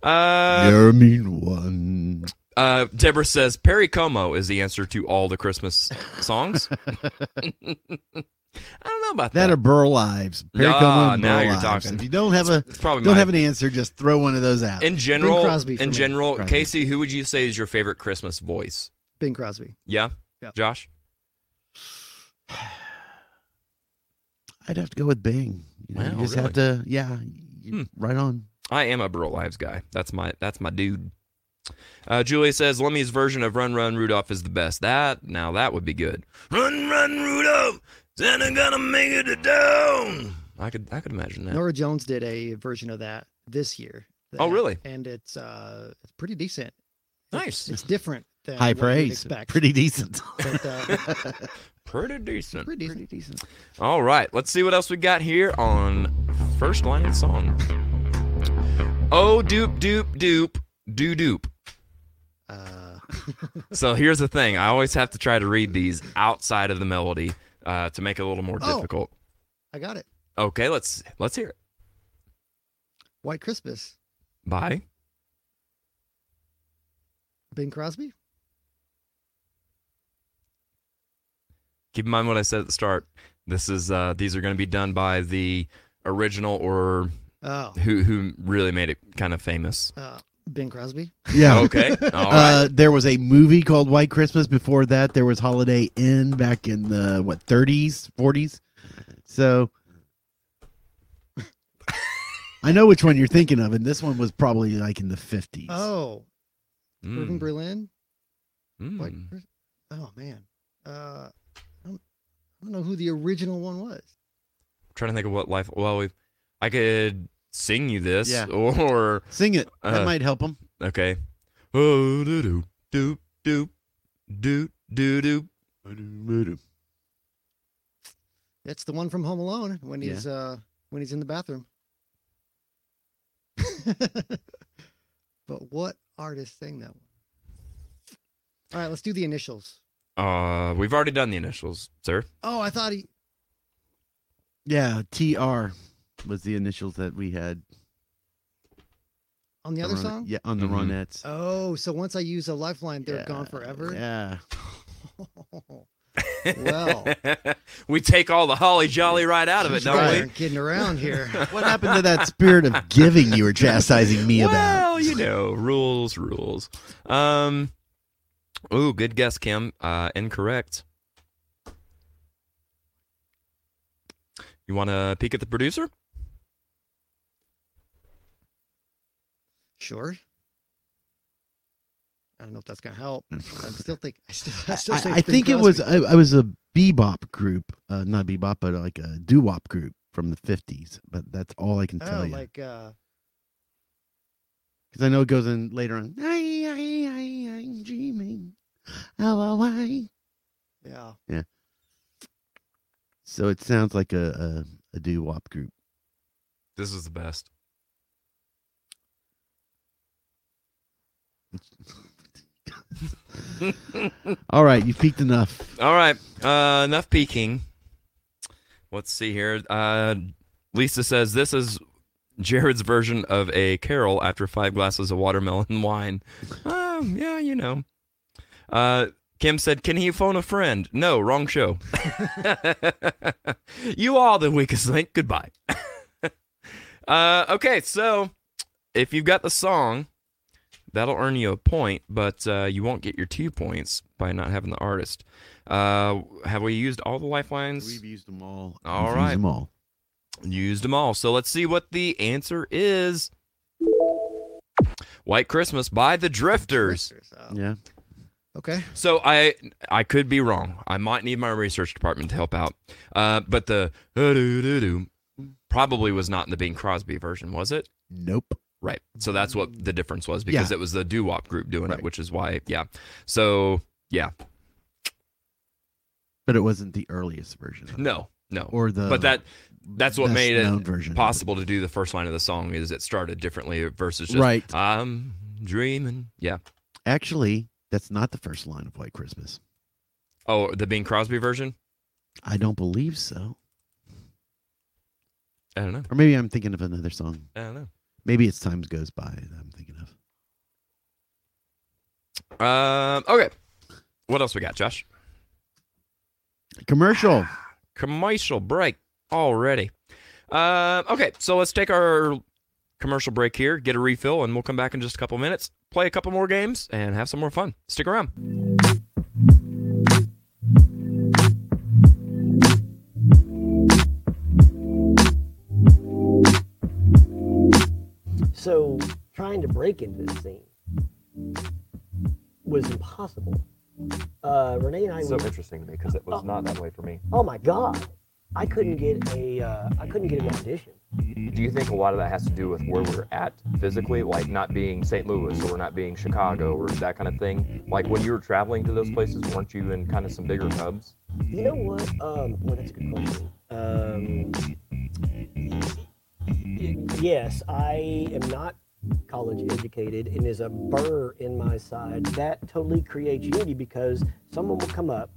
Speaker 1: uh,
Speaker 2: You're a mean one.
Speaker 1: uh, Deborah says Perry Como is the answer to all the Christmas songs. I don't know about that.
Speaker 2: That are Burl Lives. Perry
Speaker 1: Ah,
Speaker 2: Como and
Speaker 1: now
Speaker 2: Burl
Speaker 1: you're
Speaker 2: Ives.
Speaker 1: talking.
Speaker 2: If you don't have a
Speaker 1: it's probably
Speaker 2: don't
Speaker 1: my
Speaker 2: have an answer, just throw one of those out.
Speaker 1: in general
Speaker 5: Crosby for
Speaker 1: in
Speaker 5: me.
Speaker 1: general
Speaker 2: Crosby.
Speaker 1: casey who would you say is your favorite christmas voice
Speaker 5: Bing Crosby.
Speaker 1: yeah,
Speaker 5: Yeah.
Speaker 1: josh
Speaker 2: I'd have to go with Bing. You, know, you
Speaker 1: Wow,
Speaker 2: just have to, yeah,
Speaker 1: Hmm.
Speaker 2: you- right on.
Speaker 1: i am a burl lives guy that's my that's my dude uh, julia says lemmy's version of run run rudolph is the best that now that would be good run run rudolph santa gonna make it to town i could i could imagine that
Speaker 5: Nora Jones did a version of that this year.
Speaker 1: Oh, really?
Speaker 5: And it's uh, it's pretty decent. It's-
Speaker 1: Nice.
Speaker 5: It's different. Than what
Speaker 2: High
Speaker 5: you'd
Speaker 2: praise.
Speaker 5: Expect.
Speaker 2: Pretty decent.
Speaker 5: But, uh,
Speaker 1: pretty decent
Speaker 5: pretty decent.
Speaker 2: Pretty decent.
Speaker 1: All right, let's see what else we got here on First Line and Song. Oh, doop, doop, doop, doo doop.
Speaker 5: Uh,
Speaker 1: So here's the thing I always have to try to read these outside of the melody uh, to make it a little more
Speaker 5: Oh.
Speaker 1: difficult.
Speaker 5: I got it.
Speaker 1: Okay, let's let's hear it.
Speaker 5: White Christmas.
Speaker 1: Bye.
Speaker 5: Bing Crosby.
Speaker 1: Keep in mind what I said at the start. This is uh, these are going to be done by the original or
Speaker 5: Oh,
Speaker 1: who who really made it kind of famous.
Speaker 5: uh, Bing Crosby.
Speaker 2: Yeah.
Speaker 1: Okay. All right.
Speaker 2: Uh, there was a movie called White Christmas. Before that, there was Holiday Inn back in the what 30s, 40s. So I know which one you're thinking of, and this one was probably like in the 50s.
Speaker 5: Oh,
Speaker 1: Mm,
Speaker 5: Irving Berlin. White
Speaker 1: mm.
Speaker 5: Christmas. Oh man. Uh, I don't, I don't know who the original one was.
Speaker 1: trying to think of what life. Well, we, I could sing you this,
Speaker 2: Yeah.
Speaker 1: or
Speaker 2: Sing it.
Speaker 1: Uh,
Speaker 2: that might help him.
Speaker 1: okay. Oh, do do do do do do do.
Speaker 5: It's the one from Home Alone when
Speaker 2: Yeah.
Speaker 5: he's uh when he's in the bathroom. but what artist sang that one? All right, let's do the initials.
Speaker 1: Uh, we've already done the initials, sir.
Speaker 5: Oh, I thought he.
Speaker 2: Yeah, TR was the initials that we had.
Speaker 5: on the other
Speaker 2: Ron-
Speaker 5: song?
Speaker 2: Yeah, on the
Speaker 1: Mhm.
Speaker 2: Ronettes.
Speaker 5: Oh, so once I use a lifeline, they're
Speaker 2: Yeah,
Speaker 5: gone forever.
Speaker 2: Yeah.
Speaker 5: well,
Speaker 1: we take all the holly jolly right out of it,
Speaker 5: geez,
Speaker 1: don't
Speaker 5: guys
Speaker 1: we?
Speaker 5: aren't kidding around here.
Speaker 2: What happened to that spirit of giving you were chastising me about?
Speaker 1: well, you know, rules, rules. Um, Ooh, good guess, Kim. Uh, incorrect. You want to peek at the producer?
Speaker 5: Sure. I don't know if that's gonna help. but I'm still think. I still. I, still
Speaker 2: I,
Speaker 5: think,
Speaker 2: I
Speaker 5: Bing
Speaker 2: think it was
Speaker 5: Crosby.
Speaker 2: I, I was a bebop group, uh, not bebop, but like a doo wop group from the fifties. But that's all I can tell
Speaker 5: Oh,
Speaker 2: you
Speaker 5: like uh,
Speaker 2: because I know it goes in later on. I, I, I, I'm dreaming. Oh, oh, I.
Speaker 5: yeah.
Speaker 2: So it sounds like a a, a doo wop group.
Speaker 1: This is the best.
Speaker 2: All right, you peaked enough.
Speaker 1: All right. Uh, enough peeking. Let's see here. Uh, Lisa says this is Jared's version of a carol after five glasses of watermelon wine. Um, yeah, you know. Uh, Kim said, "Can he phone a friend?" No, wrong show. you all the weakest link. Goodbye. uh, okay, so if you've got the song, that'll earn you a point, but uh, you won't get your two points by not having the artist. Uh, have we used all the lifelines?
Speaker 2: We've used them all.
Speaker 1: All
Speaker 2: We've used
Speaker 1: right.
Speaker 2: them all.
Speaker 1: used them all. So let's see what the answer is. White Christmas by the Drifters.
Speaker 5: Oh,
Speaker 2: Yeah.
Speaker 5: Okay.
Speaker 1: So I I could be wrong. I might need my research department to help out. Uh, but the doo-doo-doo probably was not in the Bing Crosby version, was it?
Speaker 2: Nope.
Speaker 1: Right. So that's what the difference was because
Speaker 2: Yeah.
Speaker 1: it was the doo wop group doing
Speaker 2: Right.
Speaker 1: it, which is why, yeah. So
Speaker 2: But it wasn't the earliest version. of it,
Speaker 1: no, no.
Speaker 2: Or the.
Speaker 1: but that that's what
Speaker 2: best
Speaker 1: made it
Speaker 2: known version of
Speaker 1: possible to do the first line of the song is it started differently versus just
Speaker 2: right.
Speaker 1: I'm dreaming. Yeah.
Speaker 2: Actually, that's not the first line of White Christmas.
Speaker 1: Oh, the Bing Crosby version?
Speaker 2: I don't believe so.
Speaker 1: I don't know. Uh.
Speaker 2: Or maybe I'm thinking of another song.
Speaker 1: I don't
Speaker 2: Maybe it's Time Goes By that I'm thinking of.
Speaker 1: know. Um, okay. What else we got, Josh?
Speaker 2: Commercial.
Speaker 1: Commercial break already. Um, okay, so let's take our commercial break here, get a refill, and we'll come back in just a couple minutes, play a couple more games, and have some more fun. Stick around.
Speaker 6: So trying to break into this scene was impossible. Uh, Renee and I. So interesting because it was not that way for me. Oh my God, I couldn't get a uh, I couldn't get an audition.
Speaker 7: Do you think a lot of that has to do with where we're at physically, like not being St. Louis or not being Chicago or that kind of thing? Like when you were traveling to those places, weren't you in kind of some bigger hubs?
Speaker 6: You know what? Um, well, that's a good question. Um, y- yes, I am not college educated and is a burr in my side. That totally creates unity because someone will come up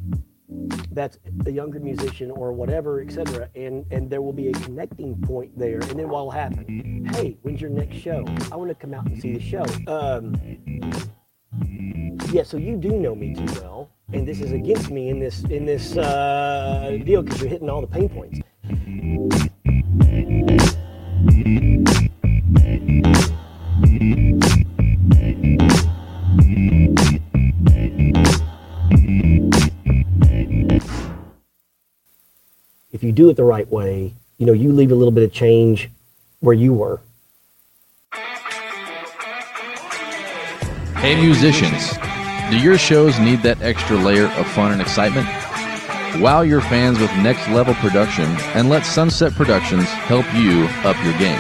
Speaker 6: that's a younger musician or whatever, etc. And and there will be a connecting point there. And then what'll happen? Hey, when's your next show? I want to come out and see the show. Um, yeah, so you do know me too well, and this is against me in this in this uh, deal because you're hitting all the pain points. If you do it the right way, you know you leave a little bit of change where you were.
Speaker 4: Hey, musicians, do your shows need that extra layer of fun and excitement? Wow your fans with next level production and let Sunset Productions help you up your game.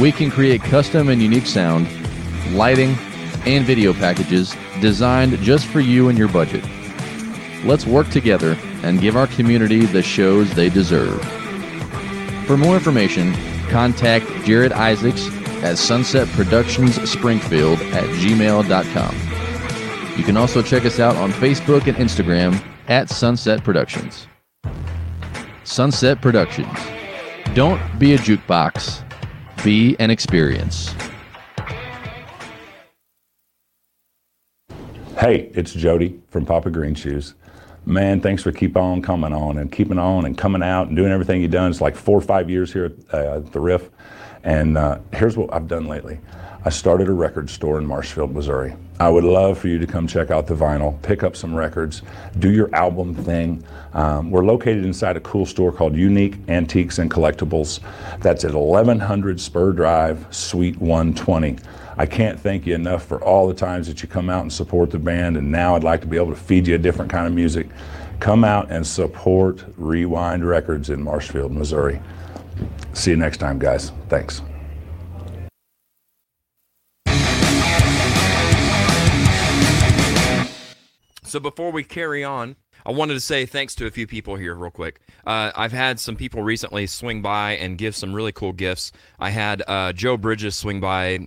Speaker 4: We can create custom and unique sound, lighting, and video packages designed just for you and your budget. Let's work together and give our community the shows they deserve. For more information, contact Jared Isaacs at Sunset Productions Springfield at gmail.com. You can also check us out on Facebook and Instagram at Sunset Productions. Sunset Productions. Don't be a jukebox, be an experience.
Speaker 8: Hey, it's Jody from Papa Green Shoes. Man, thanks for keep on coming on and keeping on and coming out and doing everything you've done. It's like four or five years here at uh, the Riff, And uh, here's what I've done lately I started a record store in Marshfield, Missouri. I would love for you to come check out the vinyl, pick up some records, do your album thing. Um, we're located inside a cool store called Unique Antiques and Collectibles. That's at 1100 Spur Drive, Suite 120. I can't thank you enough for all the times that you come out and support the band, and now I'd like to be able to feed you a different kind of music. Come out and support Rewind Records in Marshfield, Missouri. See you next time, guys. Thanks.
Speaker 1: So before we carry on, I wanted to say thanks to a few people here, real quick. Uh, I've had some people recently swing by and give some really cool gifts. I had uh, Joe Bridges swing by.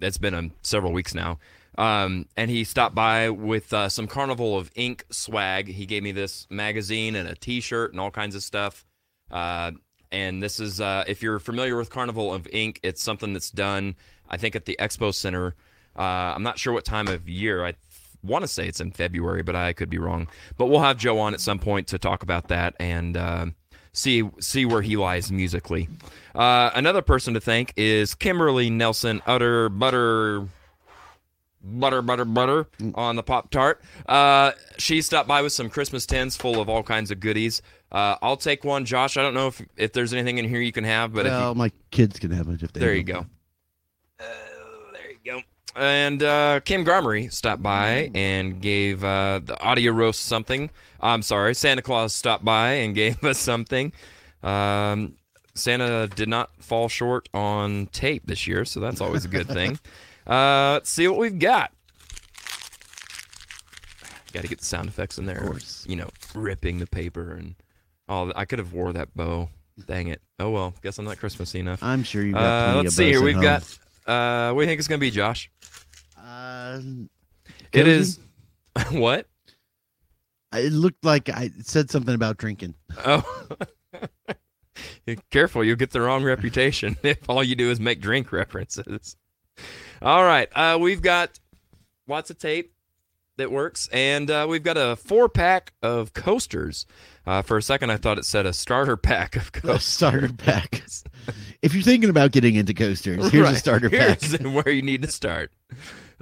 Speaker 1: That's been um, several weeks now, um, and he stopped by with uh, some Carnival of Ink swag. He gave me this magazine and a T-shirt and all kinds of stuff. Uh, and this is, uh, if you're familiar with Carnival of Ink, it's something that's done, I think, at the Expo Center. Uh, I'm not sure what time of year. I want to say it's in February, but I could be wrong. But we'll have Joe on at some point to talk about that and uh, see see where he lies musically. Uh, another person to thank is Kimberly Nelson Utter Butter butter, butter, butter on the Pop Tart. Uh, she stopped by with some Christmas tins full of all kinds of goodies. Uh, I'll take one, Josh. I don't know if, if there's anything in here you can have, but if
Speaker 2: well,
Speaker 1: you,
Speaker 2: my kids can have it if they
Speaker 1: there you
Speaker 2: want.
Speaker 1: go. Uh, there you go. And uh, Kim Garmory stopped by and gave uh, the audio roast something. I'm sorry, Santa Claus stopped by and gave us something. Um, Santa did not fall short on tape this year, so that's always a good thing. Uh, let's see what we've got. Got to get the sound effects in there. Of
Speaker 2: course.
Speaker 1: You know, ripping the paper and all. that. I could have wore that bow. Dang it. Oh well. Guess I'm not Christmassy enough.
Speaker 2: I'm sure you've got
Speaker 1: Uh,
Speaker 2: plenty
Speaker 1: let's
Speaker 2: of
Speaker 1: see
Speaker 2: those
Speaker 1: here.
Speaker 2: at
Speaker 1: We've
Speaker 2: home.
Speaker 1: got. Uh, what do you think it's gonna be, Josh?
Speaker 2: Uh,
Speaker 1: It
Speaker 2: Cozy?
Speaker 1: is. what?
Speaker 2: It looked like I said something about drinking.
Speaker 1: Oh. Careful, you'll get the wrong reputation if all you do is make drink references. All right, uh, we've got lots of tape that works, and uh, we've got a four pack of coasters. Uh, for a second, I thought it said a starter pack of
Speaker 2: A
Speaker 1: coasters.
Speaker 2: starter pack. If you're thinking about getting into coasters, here's a
Speaker 1: Right,
Speaker 2: starter pack.
Speaker 1: here's where you need to start.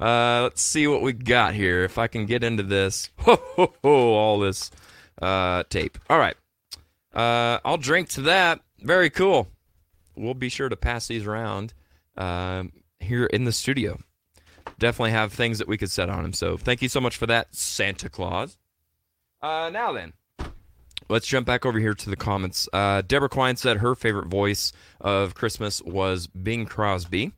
Speaker 1: Uh, let's see what we got here. If I can get into this, ho, ho, ho, all this uh, tape. All right, uh, I'll drink to that. Very cool. We'll be sure to pass these around um, here in the studio. Definitely have things that we could set on them. So thank you so much for that, Santa Claus. Uh, now then, let's jump back over here to the comments. Uh, Deborah Quine said her favorite voice of Christmas was Bing Crosby.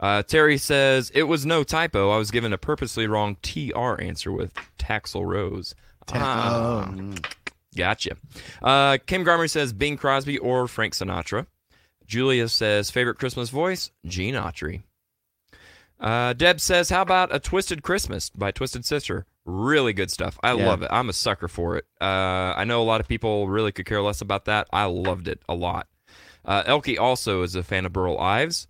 Speaker 1: Uh, Terry says it was no typo. I was given a purposely wrong TR answer with Taxel Rose. Ah.
Speaker 2: Oh, mm.
Speaker 1: Gotcha. Uh, Kim Garmer says Bing Crosby or Frank Sinatra. Julia says favorite Christmas voice Gene Autry. Uh, Deb says how about a Twisted Christmas by Twisted Sister? Really good stuff. I
Speaker 2: Yeah.
Speaker 1: love it. I'm a sucker for it. Uh, I know a lot of people really could care less about that. I loved it a lot. Uh, Elkie also is a fan of Burl Ives.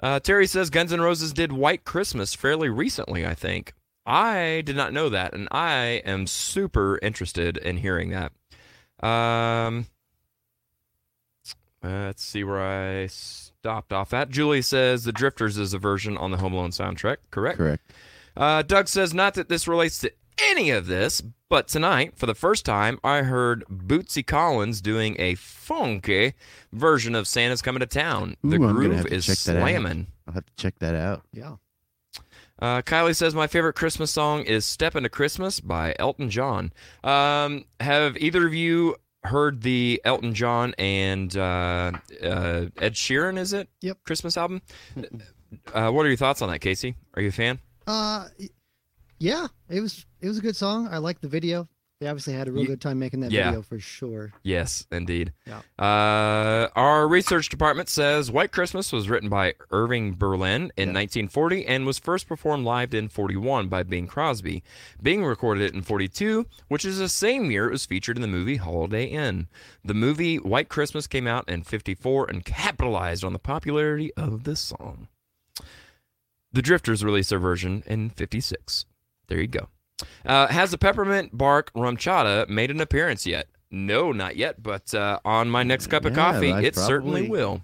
Speaker 1: Uh, Terry says Guns N' Roses did White Christmas fairly recently, I think. I did not know that, and I am super interested in hearing that. Um, uh, let's see where I stopped off at. Julie says The Drifters is a version on the Home Alone soundtrack, correct?
Speaker 2: correct.
Speaker 1: Uh, Doug says, not that this relates to any of this, but tonight, for the first time, I heard Bootsy Collins doing a funky version of Santa's Coming to Town. The
Speaker 2: Ooh, I'm gonna have
Speaker 1: groove
Speaker 2: to
Speaker 1: is
Speaker 2: check that out.
Speaker 1: slamming.
Speaker 2: I'll have to check that out.
Speaker 5: Yeah.
Speaker 1: Uh, Kylie says, my favorite Christmas song is Step Into Christmas by Elton John. Um, have either of you heard the Elton John and uh, uh, Ed Sheeran, is it?
Speaker 5: Yep.
Speaker 1: Christmas album? uh, what are your thoughts on that, Casey? Are you a fan?
Speaker 5: Uh, y- yeah. It was it was a good song. I liked the video. They obviously had a real
Speaker 1: Ye-
Speaker 5: good time making that
Speaker 1: yeah.
Speaker 5: video for sure.
Speaker 1: Yes, indeed.
Speaker 5: Yeah.
Speaker 1: Uh, our research department says White Christmas was written by Irving Berlin in 1940 and was first performed live in 41 by Bing Crosby. Bing recorded it in 42, which is the same year it was featured in the movie Holiday Inn. The movie White Christmas came out in 54 and capitalized on the popularity of this song. The Drifters released their version in 56. There you go. Uh, has the peppermint bark rum chata made an appearance yet? No, not yet, but uh, on my next cup of
Speaker 2: Yeah,
Speaker 1: coffee,
Speaker 2: I
Speaker 1: it certainly
Speaker 2: probably-
Speaker 1: will.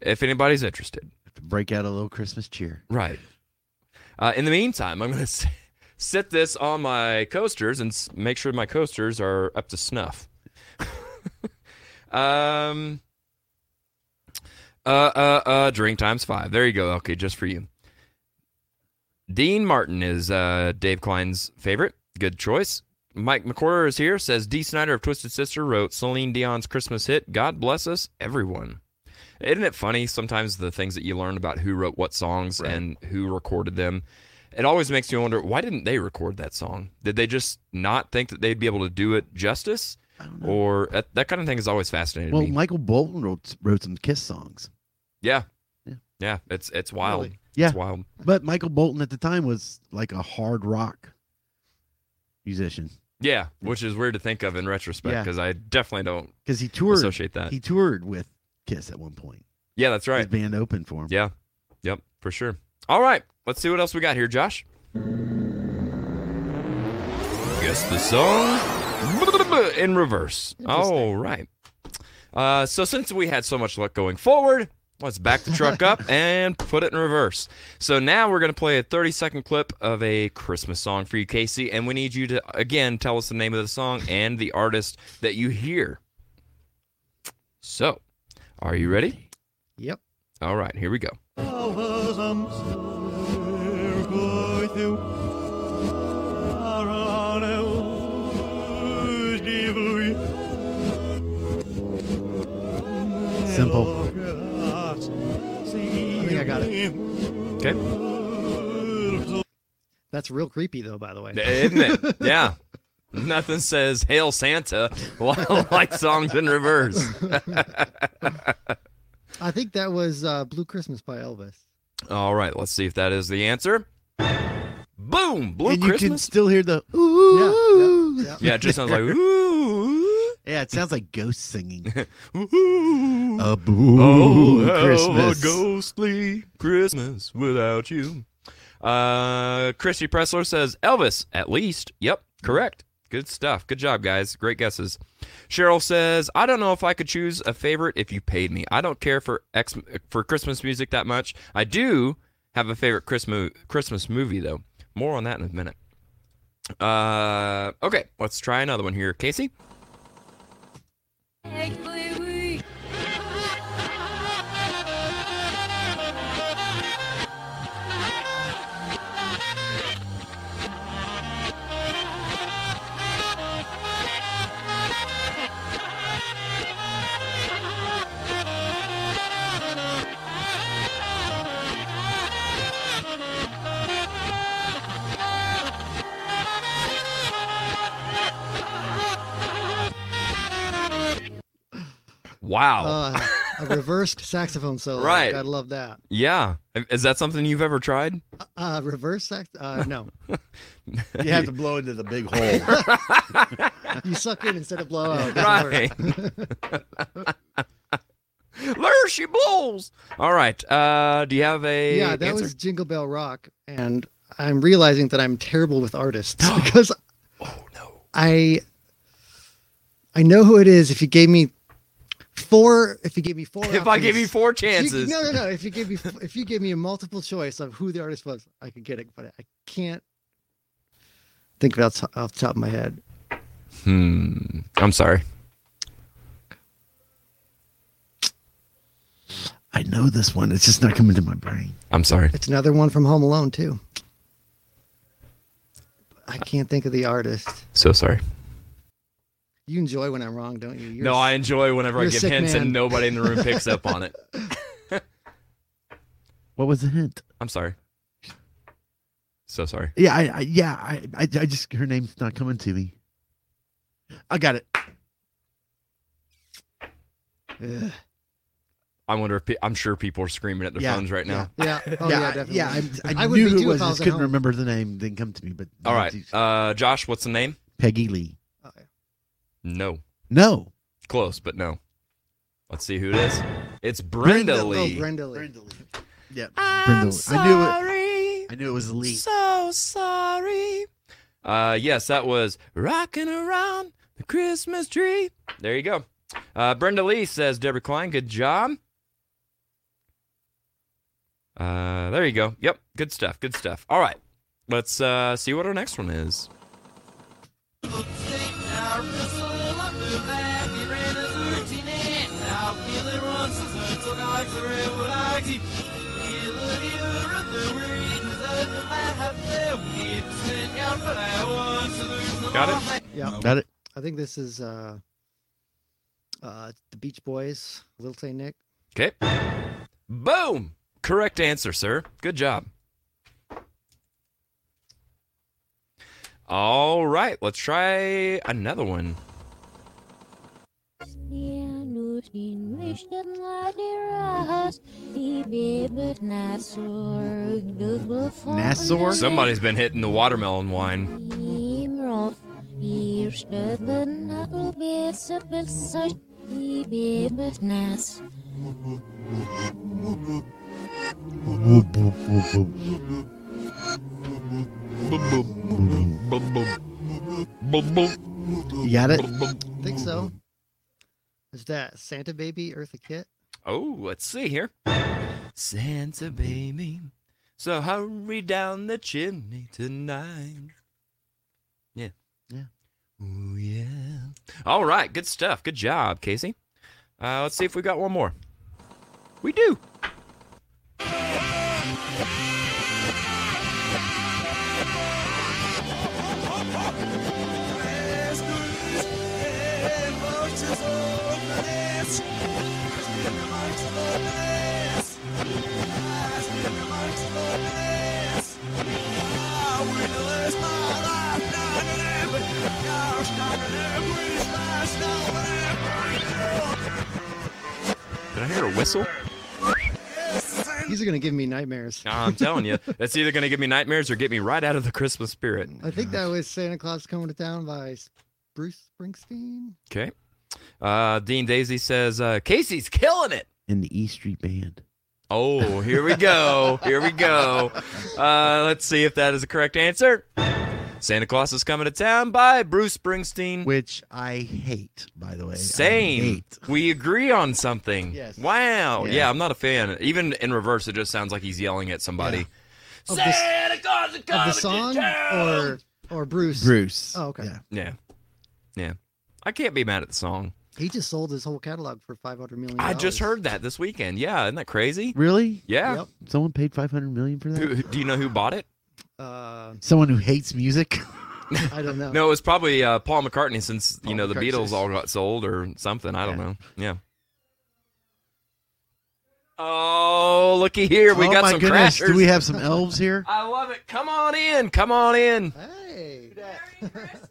Speaker 1: if anybody's interested.
Speaker 2: Break out a little Christmas cheer.
Speaker 1: Right. Uh, in the meantime, I'm going to set this on my coasters and s- make sure my coasters are up to snuff. um, uh, uh, uh, drink times five. There you go. Okay, just for you. Dean Martin is uh, Dave Klein's favorite. Good choice. Mike McCorder is here. Says D. Snyder of Twisted Sister wrote Celine Dion's Christmas hit. God bless us, everyone. Isn't it funny sometimes the things that you learn about who wrote what songs and who recorded them? It always makes me wonder why didn't they record that song? Did they just not think that they'd be able to do it justice? Or that, that kind of thing is always fascinating
Speaker 2: Well,
Speaker 1: to me.
Speaker 2: Michael Bolton wrote, wrote some Kiss songs,
Speaker 1: yeah.
Speaker 2: Yeah.
Speaker 1: Yeah, it's it's wild.
Speaker 2: Yeah.
Speaker 1: It's wild.
Speaker 2: but Michael Bolton at the time was like a hard rock musician
Speaker 1: Yeah, which is weird to think of in retrospect
Speaker 2: Yeah.
Speaker 1: because I definitely don't
Speaker 2: because he toured.
Speaker 1: associate that.
Speaker 2: He toured with Kiss at one point.
Speaker 1: yeah, that's
Speaker 2: His
Speaker 1: right.
Speaker 2: band opened for him.
Speaker 1: Yeah. Yep, for sure. All right, let's see what else we got here, Josh. Guess the song in reverse. All right. Uh, so since we had so much luck going forward, let's back the truck up and put it in reverse. So now we're going to play a 30 second clip of a Christmas song for you, Casey, and we need you to again tell us the name of the song and the artist that you hear. So, are you ready?
Speaker 5: Yep.
Speaker 1: All right, here we go.
Speaker 2: Simple.
Speaker 5: I think I got it.
Speaker 1: Okay.
Speaker 5: That's real creepy though, by the way.
Speaker 1: isn't it? Yeah. Nothing says "Hail Santa" like songs in reverse.
Speaker 5: I think that was uh, Blue Christmas by Elvis.
Speaker 1: All right, let's see if that is the answer. Boom! Blue
Speaker 2: and you can
Speaker 1: Christmas.
Speaker 2: still hear the ooh.
Speaker 5: Yeah.
Speaker 1: Yeah, it just sounds like ooh,
Speaker 2: Yeah, it sounds like ghosts singing.
Speaker 1: ooh.
Speaker 2: a boo
Speaker 1: oh, how
Speaker 2: Christmas.
Speaker 1: a ghostly Christmas without you. Uh, Christy Pressler says Elvis. At least, yep, correct. Good stuff. Good job, guys. Great guesses. Cheryl says, "I don't know if I could choose a favorite if you paid me. I don't care for ex- for Christmas music that much. I do have a favorite Christmas Christmas movie though. More on that in a minute. Uh, okay, let's try another one here, Casey. Wow.
Speaker 5: Uh, a reversed saxophone solo.
Speaker 1: Oh. Right.
Speaker 5: I love that.
Speaker 1: yeah, is that something you've ever tried?
Speaker 5: Uh, reverse sax. Uh, no,
Speaker 2: You have to blow into the big hole.
Speaker 5: you suck in instead of blow
Speaker 2: Oh,
Speaker 5: out. It doesn't work.
Speaker 1: right. there she blows. All right. Uh, do you have a
Speaker 5: Yeah, that
Speaker 1: answer?
Speaker 5: was Jingle Bell Rock, and I'm realizing that I'm terrible with artists because. Oh no. I. I know who it is. If you gave me four, if you gave me four,
Speaker 1: if I give you
Speaker 5: options-
Speaker 1: four
Speaker 5: if you-
Speaker 1: chances,
Speaker 5: no, no, no. If you gave me, if you gave me a multiple choice of who the artist was, I could get it, but I can't think about off the top of my head.
Speaker 1: Hmm. I'm sorry.
Speaker 2: I know this one. It's just not coming to my brain.
Speaker 1: I'm sorry.
Speaker 5: It's another one from Home Alone too. I can't think of the artist.
Speaker 1: So sorry.
Speaker 5: You enjoy when I'm wrong, don't you? You're
Speaker 1: no, I enjoy whenever I
Speaker 5: you're a
Speaker 1: give
Speaker 5: sick
Speaker 1: hints and
Speaker 5: man.
Speaker 1: nobody in the room picks up on it.
Speaker 2: What was the hint?
Speaker 1: I'm sorry. So sorry.
Speaker 2: Yeah, I, I yeah, I, I, I just her name's not coming to me. I got it.
Speaker 5: Ugh.
Speaker 1: I wonder if pe- I'm sure people are screaming at their
Speaker 2: Yeah,
Speaker 1: phones right now.
Speaker 5: Yeah. Oh, yeah,
Speaker 2: yeah, I-
Speaker 5: definitely.
Speaker 2: yeah. I, I,
Speaker 5: I would
Speaker 2: knew
Speaker 5: be
Speaker 2: who it
Speaker 5: too if
Speaker 2: was.
Speaker 5: I
Speaker 2: I
Speaker 5: was
Speaker 2: just
Speaker 5: at
Speaker 2: couldn't
Speaker 5: home.
Speaker 2: remember the name. Didn't come to me. But
Speaker 1: All right. Uh, Josh, what's the name?
Speaker 2: Peggy Lee.
Speaker 1: No.
Speaker 2: No,
Speaker 1: Close, but no. Let's see who it is. It's Brenda,
Speaker 5: Oh,
Speaker 1: Lee.
Speaker 5: Brenda Lee.
Speaker 2: Brindley. Yeah, Brindley. I knew it. I knew it was Lee.
Speaker 1: So sorry. Uh, yes, that was Rocking Around the Christmas Tree. There you go. Uh, Brenda Lee says, Deborah Klein, good job. Uh, there you go. Yep. Good stuff. Good stuff. All right. Let's uh, see what our next one is. Got it.
Speaker 5: Yeah.
Speaker 2: Got it?
Speaker 5: I think this is uh, uh, the Beach Boys, Little Saint Nick.
Speaker 1: Okay. Boom. Correct answer, sir. Good job. All right. Let's try another one.
Speaker 2: Nassau?
Speaker 1: Somebody's been hitting the watermelon wine.
Speaker 2: You got it?
Speaker 5: I think so. Is that Santa Baby, Eartha Kitt?
Speaker 1: Oh, let's see here. Santa baby, so hurry down the chimney tonight. Yeah.
Speaker 2: Yeah.
Speaker 1: Ooh, yeah. All right, good stuff. Good job, Casey. Uh, let's see if we got one more. We do. Did I hear a whistle?
Speaker 5: These are gonna give me nightmares.
Speaker 1: Nah, I'm telling you, that's either going to give me nightmares or get me right out of the Christmas spirit.
Speaker 5: I think that was Santa Claus Coming to Town by S- Bruce Springsteen.
Speaker 1: Okay. Uh, Dean Daisy says, uh, Casey's killing it.
Speaker 2: In the E Street Band.
Speaker 1: Oh, here we go. Here we go. Uh, let's see if that is the correct answer. Santa Claus is coming to town by Bruce Springsteen.
Speaker 2: Which I hate, by the way. I
Speaker 1: Same.
Speaker 2: hate.
Speaker 1: We agree on something.
Speaker 5: Yes.
Speaker 1: Wow. Yeah.
Speaker 2: Yeah.
Speaker 1: I'm not a fan. Even in reverse, it just sounds like he's yelling at somebody.
Speaker 5: Of this-
Speaker 1: Santa Claus is
Speaker 5: Of
Speaker 1: coming
Speaker 5: the song
Speaker 1: to
Speaker 2: Oh.
Speaker 1: town.
Speaker 5: or or Bruce?
Speaker 2: Bruce.
Speaker 5: Oh, okay.
Speaker 2: Yeah.
Speaker 1: Yeah. Yeah. I can't be mad at the song.
Speaker 5: He just sold his whole catalog for five hundred million.
Speaker 1: I just heard that this weekend. Yeah. Isn't that crazy?
Speaker 2: Really?
Speaker 1: Yeah.
Speaker 5: Yep.
Speaker 2: Someone paid 500 million for that?
Speaker 1: Who, do you know who bought it?
Speaker 5: Uh,
Speaker 2: Someone who hates music?
Speaker 5: I don't know.
Speaker 1: No, it was probably uh, Paul McCartney since you
Speaker 5: Paul
Speaker 1: know the
Speaker 5: McCartney.
Speaker 1: Beatles all got sold or something. I don't
Speaker 2: Yeah.
Speaker 1: know. Yeah. Oh, looky here, we
Speaker 2: oh
Speaker 1: got
Speaker 2: my
Speaker 1: some
Speaker 2: goodness.
Speaker 1: crashers.
Speaker 2: Do we have some elves here?
Speaker 1: I love it. Come on in. Come on in.
Speaker 5: Hey.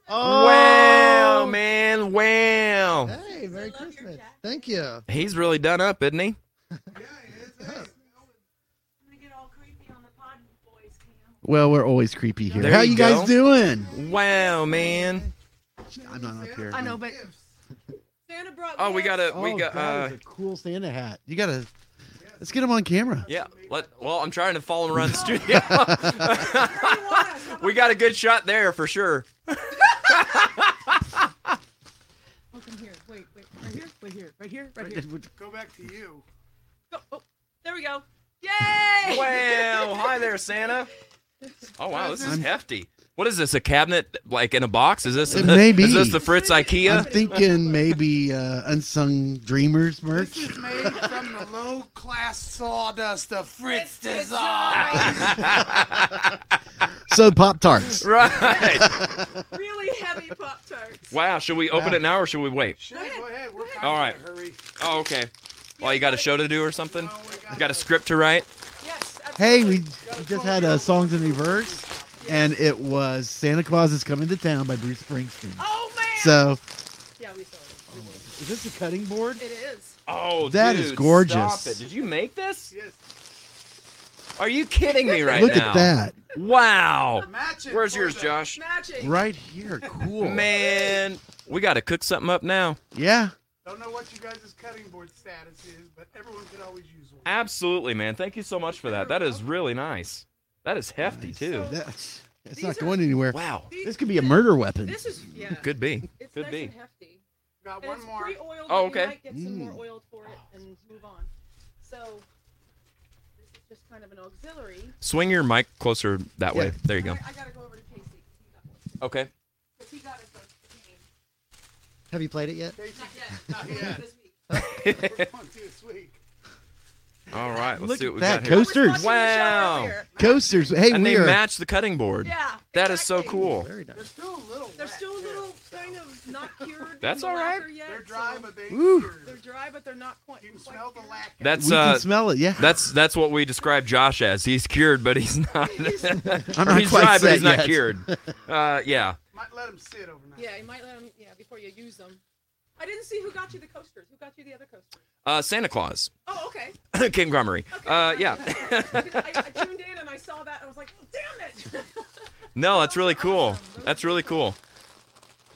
Speaker 1: Oh, Wow, man. Wow.
Speaker 5: Hey, Merry Christmas. Thank you.
Speaker 1: He's really done up, isn't he?
Speaker 2: Well, we're always creepy here.
Speaker 1: There
Speaker 2: How
Speaker 1: you
Speaker 2: you,
Speaker 1: go.
Speaker 2: guys doing?
Speaker 1: Wow, man.
Speaker 2: I'm not up here.
Speaker 9: I know, but Santa brought.
Speaker 1: Oh, we got a
Speaker 2: Oh,
Speaker 1: we got
Speaker 2: God,
Speaker 1: uh
Speaker 2: it's a cool Santa hat. You gotta. Let's get him on camera.
Speaker 1: yeah, let well, I'm trying to follow him around the studio. we got a good shot there for sure.
Speaker 9: Oh, come here. Wait, wait, right here, wait here, right here, right here.
Speaker 10: Go back to you.
Speaker 9: Go. Oh, there we go. Yay!
Speaker 1: Wow! Hi there, Santa. Oh wow, this is
Speaker 2: I'm-
Speaker 1: hefty. What is this? A cabinet like in a box? Is this?
Speaker 2: It may be.
Speaker 1: Is this the Fritz
Speaker 2: I'm
Speaker 1: IKEA?
Speaker 2: thinking maybe uh, unsung dreamers
Speaker 10: This
Speaker 2: merch.
Speaker 10: is made from the low class sawdust of Fritz
Speaker 9: It's
Speaker 10: Design.
Speaker 2: So Pop Tarts.
Speaker 1: right.
Speaker 9: really heavy Pop Tarts.
Speaker 1: Wow. Should we open it now or should we wait?
Speaker 10: Sure, go ahead. We're kind
Speaker 1: All
Speaker 10: of
Speaker 1: right.
Speaker 10: in a hurry.
Speaker 1: Oh, okay. Well, you got a show to do or something?
Speaker 10: Oh, we
Speaker 1: You got a script to write?
Speaker 9: Yes.
Speaker 2: Hey, we, we just had uh, songs in reverse, and it was Santa Claus is Coming to Town by Bruce Springsteen.
Speaker 9: Oh man.
Speaker 2: So
Speaker 9: Yeah, we saw it. We
Speaker 2: is this a cutting board?
Speaker 9: saw It It is.
Speaker 1: Oh,
Speaker 2: That
Speaker 1: dude,
Speaker 2: is gorgeous.
Speaker 1: Stop it. Did you make this?
Speaker 10: Yes.
Speaker 1: Are you kidding me right
Speaker 2: Look
Speaker 1: now?
Speaker 2: at that.
Speaker 1: Wow.
Speaker 10: Match it
Speaker 1: Where's
Speaker 10: for
Speaker 1: yours,
Speaker 10: the-
Speaker 1: Josh?
Speaker 9: Matching.
Speaker 2: Right here. Cool.
Speaker 1: Man, we got to cook something up now.
Speaker 2: Yeah.
Speaker 10: Don't know what you guys' cutting board status is, but everyone could always use one.
Speaker 1: Absolutely, man. Thank you so much for that. That is really nice. That is hefty too.
Speaker 2: That- it's
Speaker 9: These
Speaker 2: not
Speaker 9: are-
Speaker 2: going anywhere.
Speaker 1: Wow.
Speaker 9: These-
Speaker 2: This could be a murder weapon.
Speaker 9: This is yeah.
Speaker 1: Could be.
Speaker 9: It's
Speaker 1: Could
Speaker 9: nice
Speaker 1: be.
Speaker 9: and hefty.
Speaker 10: Got
Speaker 9: And
Speaker 10: one
Speaker 9: it's
Speaker 10: more.
Speaker 9: pre-oiled. but
Speaker 1: Oh, okay.
Speaker 9: You might get some
Speaker 2: Mm.
Speaker 9: more oiled for it and move on. So. this is just kind of an auxiliary.
Speaker 1: Swing your mic closer that way. There you go.
Speaker 9: I, I gotta go over to Casey. He got one.
Speaker 1: Okay.
Speaker 9: 'Cause he got it for the game.
Speaker 5: Have you played it yet?
Speaker 9: Not yet. Not
Speaker 10: yet.
Speaker 9: This week.
Speaker 10: One, two, sweet.
Speaker 1: All right. Let's
Speaker 2: Look
Speaker 1: see
Speaker 2: at
Speaker 1: what we
Speaker 2: that,
Speaker 1: got here.
Speaker 2: Coast- Coasters.
Speaker 9: I was watching the show
Speaker 1: Wow.
Speaker 9: earlier.
Speaker 2: Coasters. Hey,
Speaker 1: And
Speaker 2: we
Speaker 1: they
Speaker 2: are.
Speaker 1: match the cutting board.
Speaker 9: Yeah.
Speaker 1: That is so
Speaker 9: exactly.
Speaker 1: cool.
Speaker 5: Very nice.
Speaker 10: They're still a little.
Speaker 9: They're
Speaker 10: wet,
Speaker 9: still a
Speaker 10: too,
Speaker 9: little
Speaker 10: so.
Speaker 9: kind of not cured.
Speaker 1: That's
Speaker 9: from the
Speaker 1: all right.
Speaker 9: lacquer Yet,
Speaker 10: They're dry,
Speaker 9: so
Speaker 10: but they.
Speaker 2: Woo.
Speaker 9: they're
Speaker 10: cured.
Speaker 9: dry, but they're not quite.
Speaker 10: You can
Speaker 9: quite
Speaker 10: smell the
Speaker 9: cured.
Speaker 10: lack.
Speaker 1: That's
Speaker 2: we
Speaker 1: uh
Speaker 2: can smell it. Yeah.
Speaker 1: that's that's what we describe Josh as. He's cured, but he's not.
Speaker 2: I'm not
Speaker 1: he's
Speaker 2: quite
Speaker 1: dry, but
Speaker 2: set
Speaker 1: he's not
Speaker 2: yet.
Speaker 1: cured. Uh, yeah.
Speaker 10: Might let them sit overnight.
Speaker 9: Yeah, you might let them. Yeah, before you use them. I didn't see who got you the coasters. Who got you the other coaster?
Speaker 1: Uh, Santa Claus,
Speaker 9: Oh, okay.
Speaker 1: King Grummery.
Speaker 9: okay.
Speaker 1: Uh, yeah.
Speaker 9: I, I tuned in and I saw that and I was like, oh, damn it!
Speaker 1: No, that's really cool. That's really cool.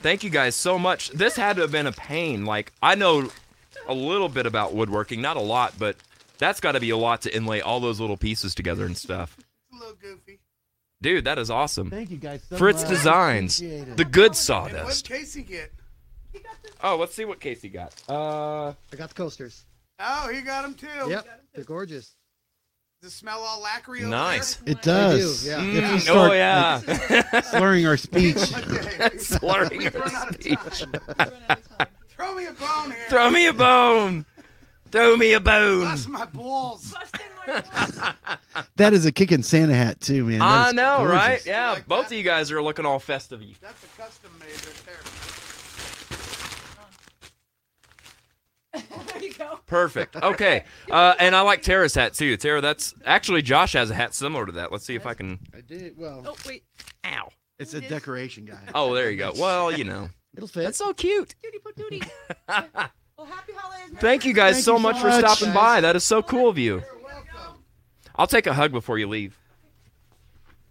Speaker 1: Thank you guys so much. This had to have been a pain. Like I know a little bit about woodworking, not a lot, but that's got to be a lot to inlay all those little pieces together and stuff.
Speaker 10: It's a little goofy.
Speaker 1: Dude, that is awesome.
Speaker 2: Thank you guys. So
Speaker 1: Fritz
Speaker 2: much.
Speaker 1: Designs,
Speaker 2: Appreciate it.
Speaker 1: the good
Speaker 10: And what did
Speaker 1: sawdust.
Speaker 10: Casey get?
Speaker 9: he got this.
Speaker 1: Oh, let's see what Casey got. Uh,
Speaker 5: I got the coasters.
Speaker 10: Oh, he got them too.
Speaker 5: Yep, they're gorgeous.
Speaker 10: Does it smell all lacquery over
Speaker 1: nice.
Speaker 2: It
Speaker 5: They
Speaker 2: does.
Speaker 5: do, yeah.
Speaker 1: Mm,
Speaker 2: If we start
Speaker 1: oh yeah.
Speaker 2: slurring our speech,
Speaker 10: there? Okay.
Speaker 1: Slurring
Speaker 10: We've
Speaker 1: her
Speaker 10: run out of
Speaker 1: speech.
Speaker 10: time.
Speaker 9: I ran out of time.
Speaker 10: Throw me a bone here.
Speaker 1: Throw me a bone. Throw me a bone.
Speaker 10: Bust my balls.
Speaker 9: Busting my balls.
Speaker 2: that is a kick in Santa hat too, man. That
Speaker 1: I
Speaker 2: is
Speaker 1: know,
Speaker 2: gorgeous.
Speaker 1: right? Yeah,
Speaker 10: Like
Speaker 1: both
Speaker 10: that?
Speaker 1: of you guys are looking all festive.
Speaker 10: That's a custom made right there.
Speaker 9: There you go.
Speaker 1: Perfect. Okay. Uh, and I like Tara's hat too. Tara, that's actually Josh has a hat similar to that. Let's see if I can.
Speaker 2: I did. Well,
Speaker 9: Oh wait,
Speaker 1: Ow.
Speaker 2: it's a decoration guy.
Speaker 1: Oh, there you go. Well, you know,
Speaker 5: It'll fit.
Speaker 1: that's so cute.
Speaker 9: cutie put duty. Well, happy holidays. Merry
Speaker 1: Thank you guys
Speaker 2: Thank
Speaker 1: so
Speaker 2: you
Speaker 1: much
Speaker 2: so
Speaker 1: for
Speaker 2: much,
Speaker 1: stopping
Speaker 2: guys.
Speaker 1: by. That is so cool of you.
Speaker 10: You're welcome.
Speaker 1: I'll take a hug before you leave.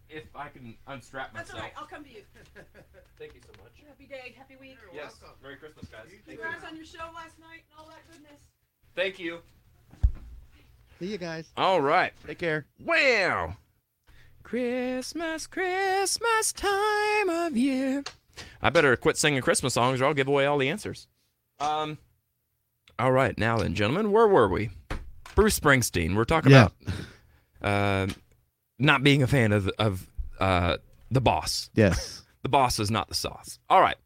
Speaker 1: If I can unstrap
Speaker 9: That's all right. I'll come to you.
Speaker 1: Thank you so much.
Speaker 9: Happy day. Happy week.
Speaker 1: Yes. Merry Christmas, guys. Thank
Speaker 9: Congrats on your show last night and all that goodness.
Speaker 1: Thank you.
Speaker 5: See you guys.
Speaker 1: All right.
Speaker 2: Take care.
Speaker 1: Wow. Christmas, Christmas time of year. I better quit singing Christmas songs or I'll give away all the answers. Um All right, now then, gentlemen, where were we? Bruce Springsteen. We're talking
Speaker 2: Yeah.
Speaker 1: about uh, not being a fan of of uh, the boss.
Speaker 2: Yes.
Speaker 1: The boss is not the sauce. All right.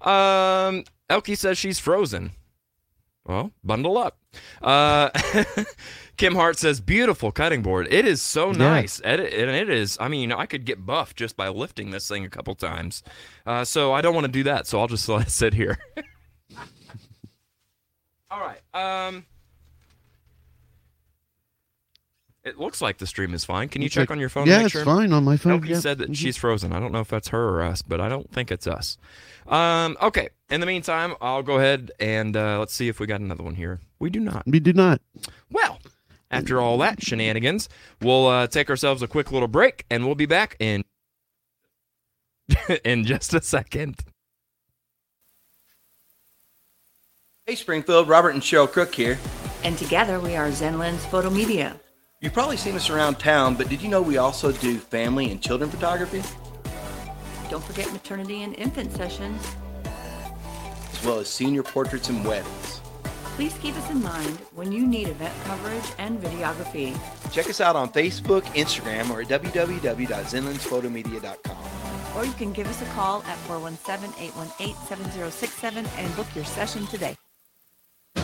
Speaker 1: Um, Elkie says she's frozen. Well, bundle up. Uh, Kim Hart says, beautiful cutting board. It is so nice. And it- and it is, I mean, I could get buff just by lifting this thing a couple times. Uh, so I don't want to do that. So I'll just let it sit here. All right. Um, it looks like the stream is fine. Can you check on your phone? to
Speaker 2: Yeah,
Speaker 1: make
Speaker 2: it's
Speaker 1: sure?
Speaker 2: fine on my phone.
Speaker 1: Nope,
Speaker 2: yeah.
Speaker 1: you said that
Speaker 2: Mhm.
Speaker 1: she's frozen. I don't know if that's her or us, but I don't think it's us. Um, okay. In the meantime, I'll go ahead and uh, let's see if we got another one here. We do not.
Speaker 2: We do not.
Speaker 1: Well, after all that shenanigans, we'll uh, take ourselves a quick little break, and we'll be back in in just a second.
Speaker 11: Hey Springfield, Robert and Cheryl Crook here.
Speaker 12: And together we are Zenlands Photo Media.
Speaker 11: You've probably seen us around town, but did you know we also do family and children photography,
Speaker 12: Don't forget maternity and infant sessions.
Speaker 11: as well as senior portraits and weddings?
Speaker 12: Please keep us in mind when you need event coverage and videography.
Speaker 11: Check us out on Facebook, Instagram, or at www.zenlandsphotomedia.com.
Speaker 12: Or you can give us a call at 417 818 7067 and book your session today.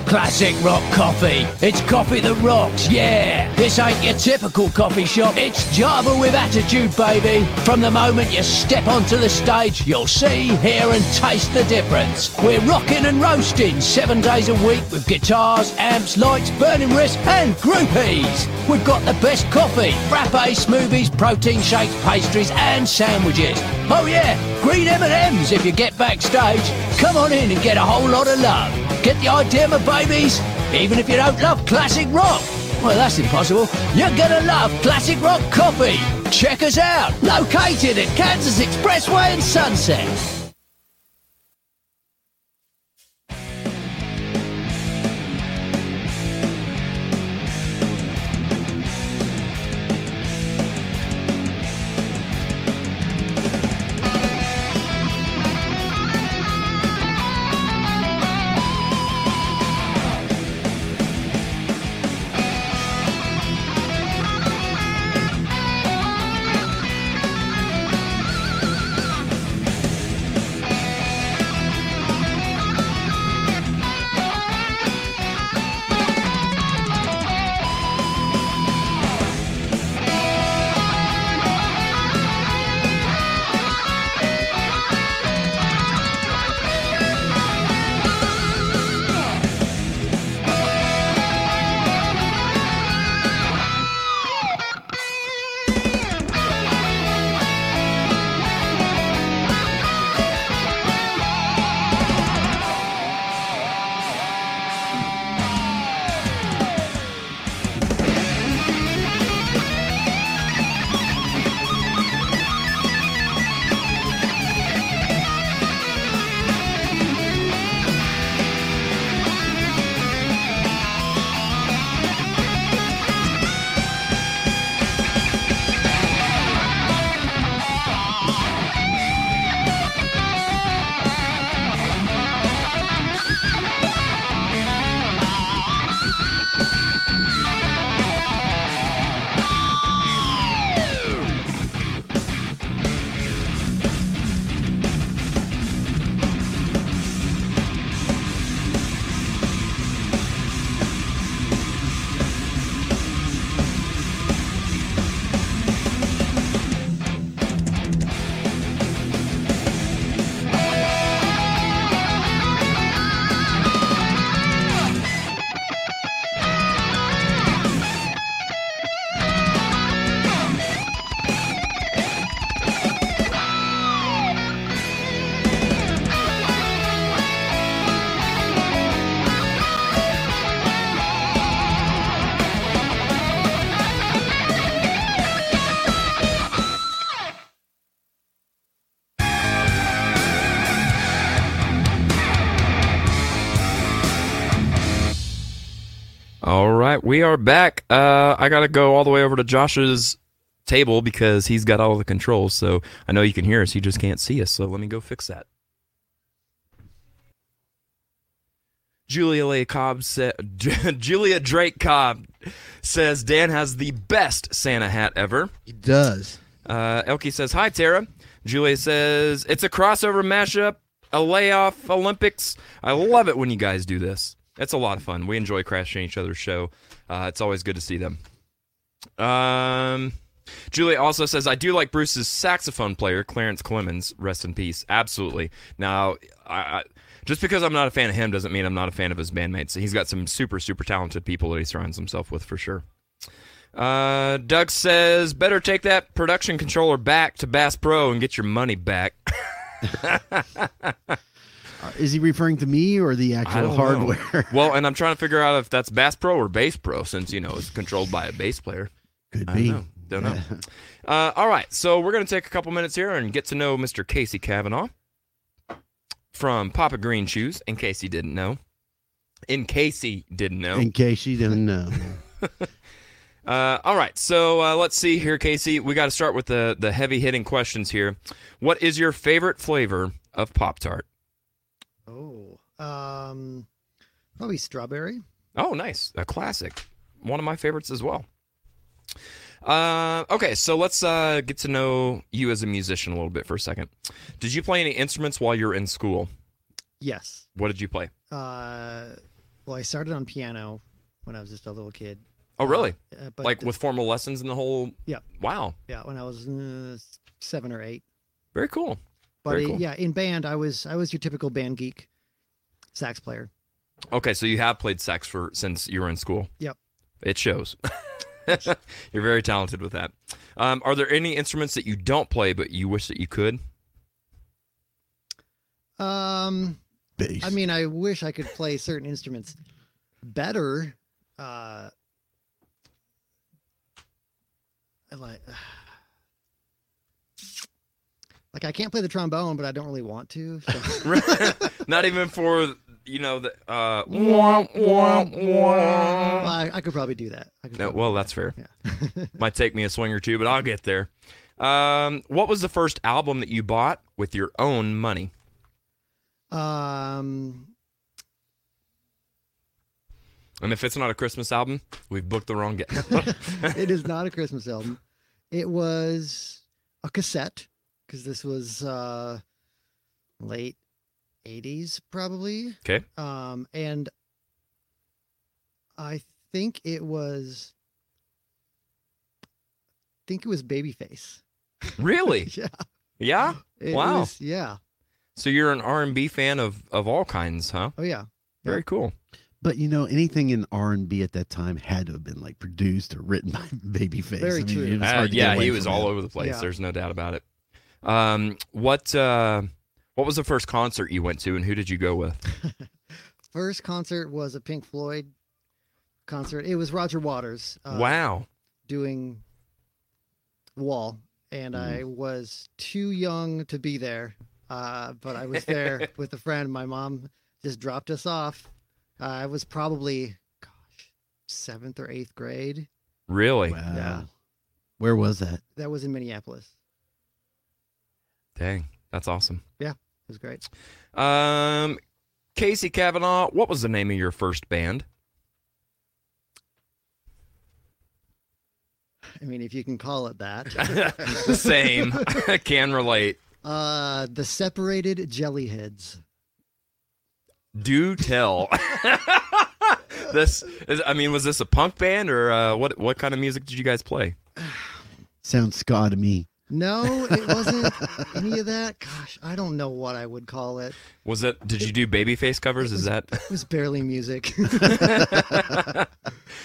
Speaker 13: Classic rock coffee. It's coffee that rocks, yeah. This ain't your typical coffee shop. It's Java with attitude, baby. From the moment you step onto the stage, you'll see, hear, and taste the difference. We're rocking and roasting seven days a week with guitars, amps, lights, burning wrists, and groupies. We've got the best coffee, frappe, smoothies, protein shakes, pastries, and sandwiches. Oh yeah, green M&Ms if you get backstage. Come on in and get a whole lot of love. Get the idea, my babies? Even if you don't love classic rock. Well, that's impossible. You're gonna love classic rock coffee. Check us out. Located at Kansas Expressway and Sunset.
Speaker 3: I
Speaker 1: right, we are back. Uh, I gotta go all the way over to Josh's table because he's got all the controls. So I know you can hear us. He just can't see us. So let me go fix that. Julia Leigh Cobb sa- Julia Drake Cobb says Dan has the best Santa hat ever.
Speaker 2: He does.
Speaker 1: Uh, Elkie says hi Tara. Julia says it's a crossover mashup, a layoff Olympics. I love it when you guys do this. It's a lot of fun. We enjoy crashing each other's show. Uh, it's always good to see them. Um, Julia also says, I do like Bruce's saxophone player, Clarence Clemens. Rest in peace. Absolutely. Now, I, I, just because I'm not a fan of him doesn't mean I'm not a fan of his bandmates. He's got some super, super talented people that he surrounds himself with for sure. Uh, Doug says, better take that production controller back to Bass Pro and get your money back.
Speaker 2: Uh, Is he referring to me or the
Speaker 1: I
Speaker 2: actual
Speaker 1: don't
Speaker 2: hardware?
Speaker 1: know. well, and I'm trying to figure out if that's Bass Pro or Bass Pro, since you know it's controlled by a bass player.
Speaker 2: Could
Speaker 1: I
Speaker 2: be.
Speaker 1: don't know. Don't know. uh, all right, so we're gonna take a couple minutes here and get to know Mr. Casey Kavanaugh from Papa Green Shoes. In case he didn't know, in case he didn't know,
Speaker 2: In case you didn't know.
Speaker 1: uh, all right, so uh, let's see here, Casey. We got to start with the the heavy hitting questions here. What is your favorite flavor of Pop Tart?
Speaker 5: Oh, um, probably strawberry.
Speaker 1: Oh, nice. A classic. One of my favorites as well. Uh, okay, so let's uh, get to know you as a musician a little bit for a second. Did you play any instruments while you were in school?
Speaker 5: Yes.
Speaker 1: What did you play?
Speaker 5: Uh, well, I started on piano when I was just a little kid.
Speaker 1: Oh, really?
Speaker 5: Uh, but
Speaker 1: like with formal lessons and the whole.
Speaker 5: Yeah.
Speaker 1: Wow.
Speaker 5: Yeah, when I was uh, seven or eight.
Speaker 1: Very cool.
Speaker 5: But
Speaker 1: Very
Speaker 5: uh,
Speaker 1: cool.
Speaker 5: yeah, in band, I was I was your typical band geek, sax player.
Speaker 1: Okay, so you have played sax for since you were in school.
Speaker 5: Yep.
Speaker 1: It shows. You're very talented with that. Um, are there any instruments that you don't play but you wish that you could?
Speaker 5: Um, I
Speaker 2: Bass.
Speaker 5: mean, I wish I could play certain instruments better. Uh, I like, uh, like I can't play the trombone, but I don't really want to. so-
Speaker 1: Not even for you know the. Uh,
Speaker 5: Well, I, I could probably do that. I could
Speaker 1: No,
Speaker 5: probably-
Speaker 1: well, that's fair. Might take me a swing or two, but I'll get there. Um, what was the first album that you bought with your own money?
Speaker 5: Um,
Speaker 1: And if it's not a Christmas album, we've booked the wrong guy.
Speaker 5: it is not a Christmas album. It was a cassette because this was uh, late '80s, probably.
Speaker 1: okay.
Speaker 5: Um, and I think it was, I think it was Babyface.
Speaker 1: Really?
Speaker 5: Yeah.
Speaker 1: Yeah.
Speaker 5: It
Speaker 1: wow.
Speaker 5: was- yeah.
Speaker 1: So you're an R and B fan of of all kinds, huh?
Speaker 5: Oh yeah.
Speaker 1: Very cool.
Speaker 2: But you know, anything in R and B at that time had to have been like produced or written by Babyface.
Speaker 5: Very
Speaker 2: I mean,
Speaker 5: true.
Speaker 2: it was
Speaker 1: Uh,
Speaker 2: hard to get
Speaker 1: yeah,
Speaker 2: away
Speaker 1: he was
Speaker 2: from
Speaker 1: all
Speaker 2: that.
Speaker 1: over the place.
Speaker 5: Yeah.
Speaker 1: There's no doubt about it. Um, what uh, what was the first concert you went to, and who did you go with?
Speaker 5: First concert was a Pink Floyd concert. It was Roger Waters. uh,
Speaker 1: wow.
Speaker 5: doing wall and i was too young to be there uh, but i was there with a friend my mom just dropped us off uh, i was probably gosh seventh or eighth grade
Speaker 1: Really?
Speaker 2: Wow.
Speaker 5: Yeah.
Speaker 2: Where was that?
Speaker 5: that was in minneapolis
Speaker 1: Dang, that's awesome.
Speaker 5: yeah it was great
Speaker 1: Um, Casey Kavanaugh, what was the name of your first band?
Speaker 5: i mean if you can call it that
Speaker 1: Same. Can relate.
Speaker 5: uh the separated jellyheads
Speaker 1: Do tell. this is, I mean, was this a punk band or uh, what? What kind of music did you guys play?
Speaker 2: Sounds ska to me.
Speaker 5: no it wasn't any of that gosh i don't know what i would call it
Speaker 1: Was it? Did you do Babyface covers? Is that?
Speaker 5: it was barely music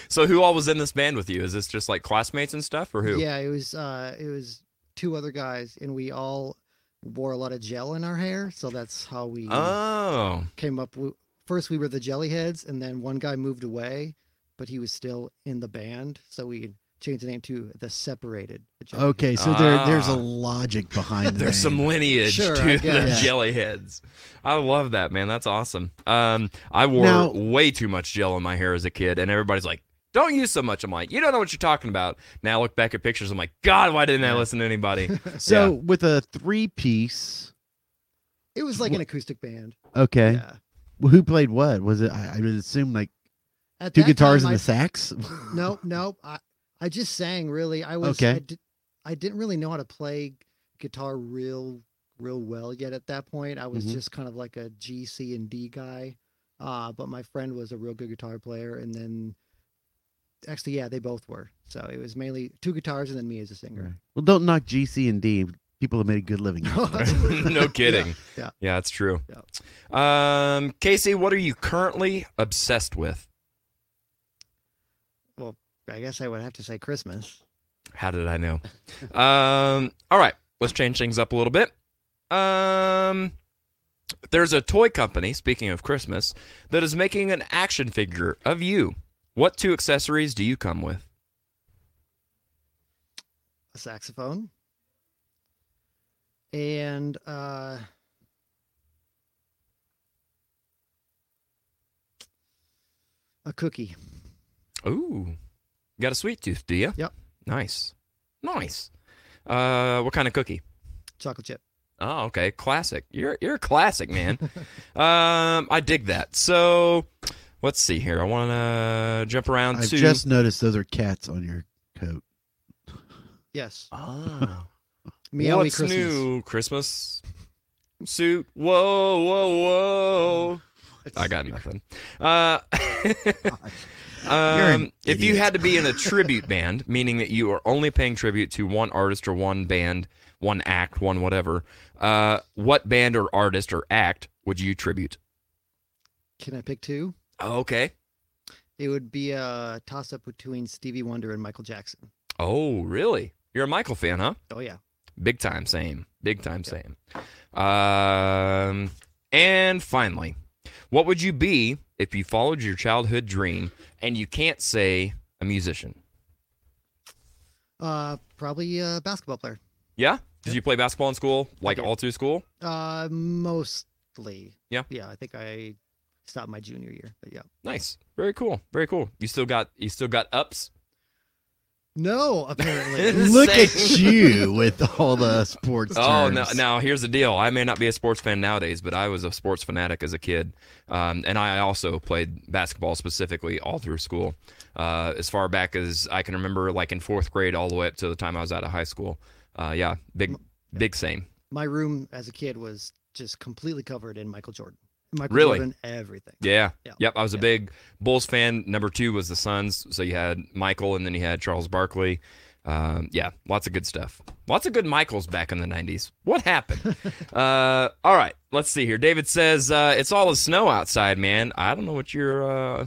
Speaker 1: so who all was in this band with you? Is this just like classmates and stuff, or who?
Speaker 5: Yeah, it was uh it was two other guys and we all wore a lot of gel in our hair, so that's how we
Speaker 1: Oh,
Speaker 5: came up with first we were the jellyheads and then one guy moved away, but he was still in the band, so we changed the name to the separated. Jellyheads.
Speaker 2: Okay, so there, there's
Speaker 1: Ah.
Speaker 2: a logic behind
Speaker 1: There's
Speaker 2: the name.
Speaker 1: some lineage
Speaker 5: Sure, I
Speaker 1: to the
Speaker 5: guess.
Speaker 1: jellyheads. I love that, man. That's awesome. Um, I wore
Speaker 2: Now-
Speaker 1: way too much gel in my hair as a kid, and everybody's like, Don't use so much. I'm like, you don't know what you're talking about. Now I look back at pictures. I'm like, God, why didn't I listen to anybody?
Speaker 2: So
Speaker 1: Yeah.
Speaker 2: with a three piece,
Speaker 5: It was like an acoustic band.
Speaker 2: okay. Well, who played what? Was it? I, I would assume like
Speaker 5: At
Speaker 2: two
Speaker 5: that
Speaker 2: guitars
Speaker 5: time,
Speaker 2: and
Speaker 5: I-
Speaker 2: a sax.
Speaker 5: no, no. I I just sang really. I was
Speaker 2: Okay.
Speaker 5: I, did, I didn't really know how to play guitar real real well yet at that point. I was
Speaker 2: Mhm.
Speaker 5: just kind of like a G C and D guy. Uh, but my friend was a real good guitar player and then actually yeah, they both were. So it was mainly two guitars and then me as a singer.
Speaker 2: well, don't knock G, C, and D. People have made a good living. off of it.
Speaker 1: no kidding. Yeah,
Speaker 5: yeah.
Speaker 1: that's true. Um, Casey, what are you currently obsessed with?
Speaker 5: Well, I guess I would have to say Christmas.
Speaker 1: How did I know? um, all right, let's change things up a little bit. Um, there's a toy company, speaking of Christmas, that is making an action figure of you. What two accessories do you come with?
Speaker 5: a saxophone and uh a cookie
Speaker 1: Ooh, you got a sweet tooth, do you?
Speaker 5: Yep.
Speaker 1: Nice, nice. Uh, what kind of cookie?
Speaker 5: chocolate chip
Speaker 1: Oh, okay. Classic. You're you're a classic, man. um, I dig that. So let's see here. I want to jump around
Speaker 2: I've
Speaker 1: to
Speaker 2: just noticed those are cats on your coat.
Speaker 5: yes
Speaker 1: oh
Speaker 5: meow
Speaker 1: what's
Speaker 5: christmas
Speaker 1: new Christmas suit. Whoa, whoa, whow. I got nothing. Uh,
Speaker 2: an
Speaker 1: um, if you
Speaker 2: idiot.
Speaker 1: had to be in a tribute band, meaning that you are only paying tribute to one artist or one band, one act, one whatever, uh, what band or artist or act would you tribute?
Speaker 5: can i pick two
Speaker 1: Okay.
Speaker 5: it would be a toss up between stevie wonder and michael jackson
Speaker 1: Oh, really? You're a Michael fan, huh?
Speaker 5: oh yeah
Speaker 1: Big time same. Big time same. Um, and finally, what would you be if you followed your childhood dream and you can't say a musician?
Speaker 5: uh probably a basketball player
Speaker 1: Yeah? Did you play basketball in school? Like all through school?
Speaker 5: uh mostly
Speaker 1: Yeah.
Speaker 5: yeah i think i stopped my junior year but yeah
Speaker 1: Nice. Very cool. Very cool. You still got you still got ups?
Speaker 5: no apparently
Speaker 2: Look at
Speaker 1: Same.
Speaker 2: you with all the sports.
Speaker 1: Oh
Speaker 2: terms.
Speaker 1: no! Now here's the deal. I may not be a sports fan nowadays, but I was a sports fanatic as a kid, um, and I also played basketball specifically all through school, uh, as far back as I can remember, like in fourth grade all the way up to the time I was out of high school. Uh, yeah, big, big same.
Speaker 5: my room as a kid was just completely covered in Michael Jordan. Michael
Speaker 1: Really?
Speaker 5: Jordan, everything.
Speaker 1: Yeah. Yep. I was a big Bulls fan. Number two was the Suns. So you had Michael, and then you had Charles Barkley. Um, yeah, lots of good stuff. Lots of good Michaels back in the '90s. What happened? uh, all right, let's see here. David says uh, it's all the snow outside, man. I don't know what you're uh,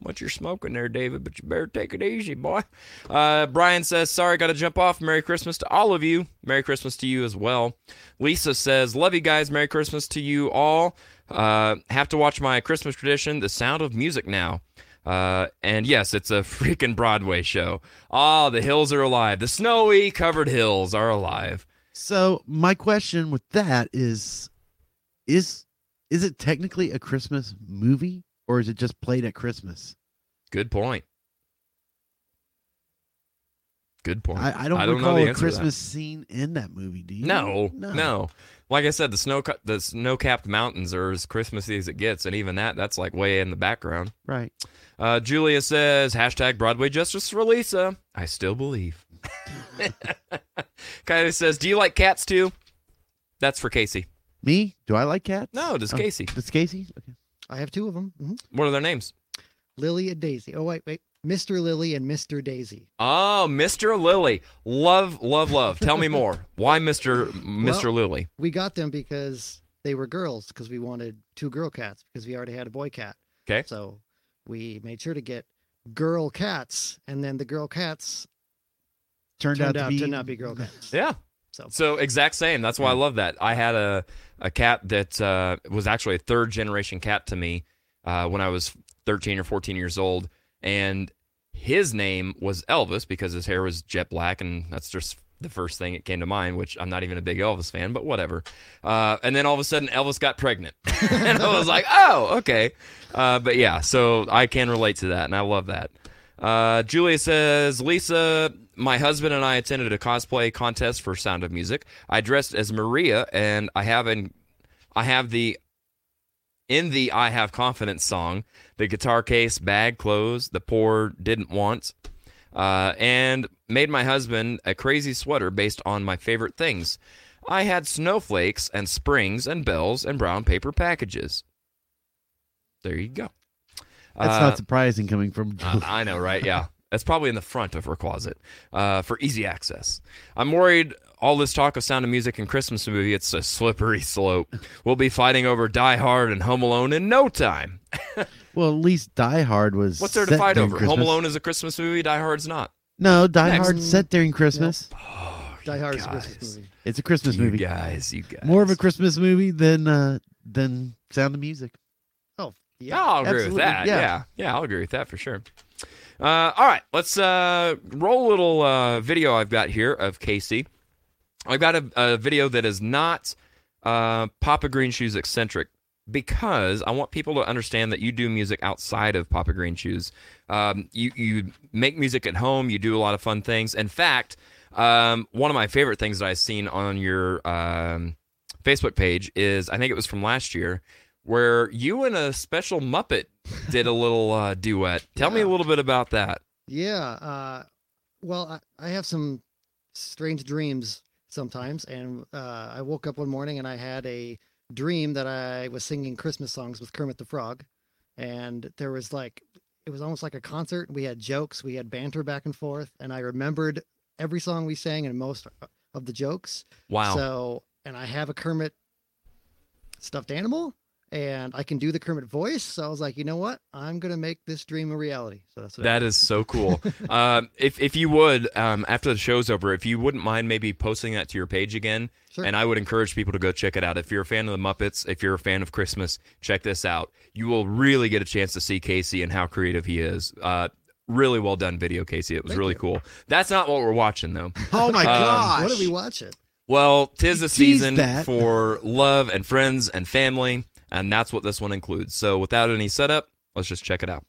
Speaker 1: what you're smoking there, David, but you better take it easy, boy. Uh, Brian says sorry, got to jump off. Merry Christmas to all of you. Merry Christmas to you as well. Lisa says love you guys. Merry Christmas to you all. Uh, have to watch my Christmas tradition, The Sound of Music now. Uh, and yes, it's a freaking Broadway show. Ah, the hills are alive. The snowy covered hills are alive.
Speaker 2: So my question with that is, is is it technically a Christmas movie or is it just played at Christmas?
Speaker 1: Good point. Good point.
Speaker 2: I, I don't,
Speaker 1: know
Speaker 2: recall
Speaker 1: the
Speaker 2: a
Speaker 1: answer to that.
Speaker 2: Christmas scene in that movie. Do you?
Speaker 1: No, no, Like I said, the snow co- the snow capped mountains are as Christmassy as it gets, and even that that's like way in the background.
Speaker 2: Right.
Speaker 1: Uh, Julia says hashtag Broadway Justice for Lisa. I still believe. Kylie says, "Do you like cats too?" That's for Casey.
Speaker 2: Me? Do I like cats?
Speaker 1: No, does
Speaker 2: Oh,
Speaker 1: Casey.
Speaker 2: Does Casey? Okay.
Speaker 5: I have two of them. Mhm.
Speaker 1: What are their names?
Speaker 5: Lily and Daisy. Oh wait, wait. Mr. Lily and Mr. Daisy.
Speaker 1: Oh, Mr. Lily. Love, love, love. Tell me more. Why Mr. Mr.
Speaker 5: Well-
Speaker 1: Lily?
Speaker 5: We got them because they were girls because we wanted two girl cats because we already had a boy cat.
Speaker 1: Okay.
Speaker 5: So we made sure to get girl cats and then the girl cats
Speaker 2: Turned, out, to, be,
Speaker 5: not be girl cats.
Speaker 1: Yeah.
Speaker 5: So.
Speaker 1: exact same. That's why I love that. I had a a cat that uh, was actually a third generation cat to me uh, when I was 13 or 14 years old, and his name was Elvis because his hair was jet black, and that's just the first thing that came to mind. Which I'm not even a big Elvis fan, but whatever. Uh, and then all of a sudden, Elvis got pregnant, and I was like, oh, okay. Uh, but yeah, so I can relate to that, and I love that. Uh, Julia says, Lisa, my husband and I attended a cosplay contest for Sound of Music. I dressed as Maria, and I have an, I have the, in the I Have Confidence song, the guitar case, bag, clothes, the poor didn't want, uh, and made my husband a crazy sweater based on my favorite things. I had snowflakes and springs and bells and brown paper packages. There you go.
Speaker 2: That's
Speaker 1: Uh,
Speaker 2: not surprising coming from
Speaker 1: uh, I know, right? Yeah. That's probably in the front of her closet uh, for easy access. I'm worried all this talk of Sound of Music and Christmas movie, it's a slippery slope. We'll be fighting over Die Hard and Home Alone in no time.
Speaker 2: Well, at least Die Hard was.
Speaker 1: What's there to
Speaker 2: set
Speaker 1: fight
Speaker 2: during
Speaker 1: over?
Speaker 2: Christmas.
Speaker 1: Home Alone is a Christmas movie, Die Hard's not.
Speaker 2: No, Die
Speaker 1: Next.
Speaker 2: Hard set during Christmas.
Speaker 10: Die Hard is a Christmas movie.
Speaker 2: It's a Christmas movie.
Speaker 1: guys, you guys.
Speaker 2: More of a Christmas movie than uh than Sound of Music.
Speaker 10: Oh,
Speaker 1: Yeah, I'll agree
Speaker 2: Absolutely,
Speaker 1: with that.
Speaker 2: yeah.
Speaker 1: Yeah. yeah, I'll agree with that for sure. Uh, all right, let's uh, roll a little uh, video I've got here of Casey. I've got a, a video that is not uh, Papa Green Shoes eccentric because I want people to understand that you do music outside of Papa Green Shoes. Um, you you make music at home. You do a lot of fun things. In fact, um, one of my favorite things that I've seen on your um, Facebook page is I think it was from last year where you and a special Muppet did a little uh, duet. Tell me a little bit about that.
Speaker 10: Yeah. Uh, well, I, I have some strange dreams sometimes, and uh, I woke up one morning and I had a dream that I was singing Christmas songs with Kermit the Frog, and there was like it was almost like a concert. We had jokes, we had banter back and forth, and I remembered every song we sang and most of the jokes.
Speaker 1: Wow.
Speaker 10: So, and I have a Kermit stuffed animal. And I can do the Kermit voice, so I was like, you know what? I'm gonna make this dream a reality. So that's what I
Speaker 1: That is so cool. um, if if you would, um, after the show's over, if you wouldn't mind maybe posting that to your page again,
Speaker 10: Sure.
Speaker 1: and I would encourage people to go check it out. If you're a fan of the Muppets, if you're a fan of Christmas, check this out. You will really get a chance to see Casey and how creative he is. Uh, really well done video, Casey. It was really cool. That's not what we're watching though.
Speaker 2: Oh my
Speaker 1: Um,
Speaker 2: gosh.
Speaker 10: What are we watching?
Speaker 1: Well, tis the season
Speaker 2: that.
Speaker 1: for love and friends and family, and that's what this one includes. So, without any setup, let's just check it out.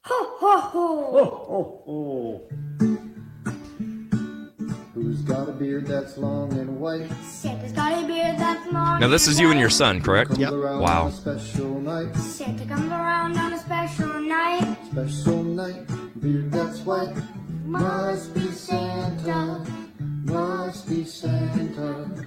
Speaker 10: Who's got a beard that's long and white?
Speaker 3: Santa's got a beard that's long.
Speaker 1: Now, this is you and your son, correct?
Speaker 10: Comes around on
Speaker 1: Wow.
Speaker 10: a special night.
Speaker 3: Santa comes around on a special night.
Speaker 10: Special night. Beard that's white.
Speaker 3: Must be Santa.
Speaker 10: Must be Santa.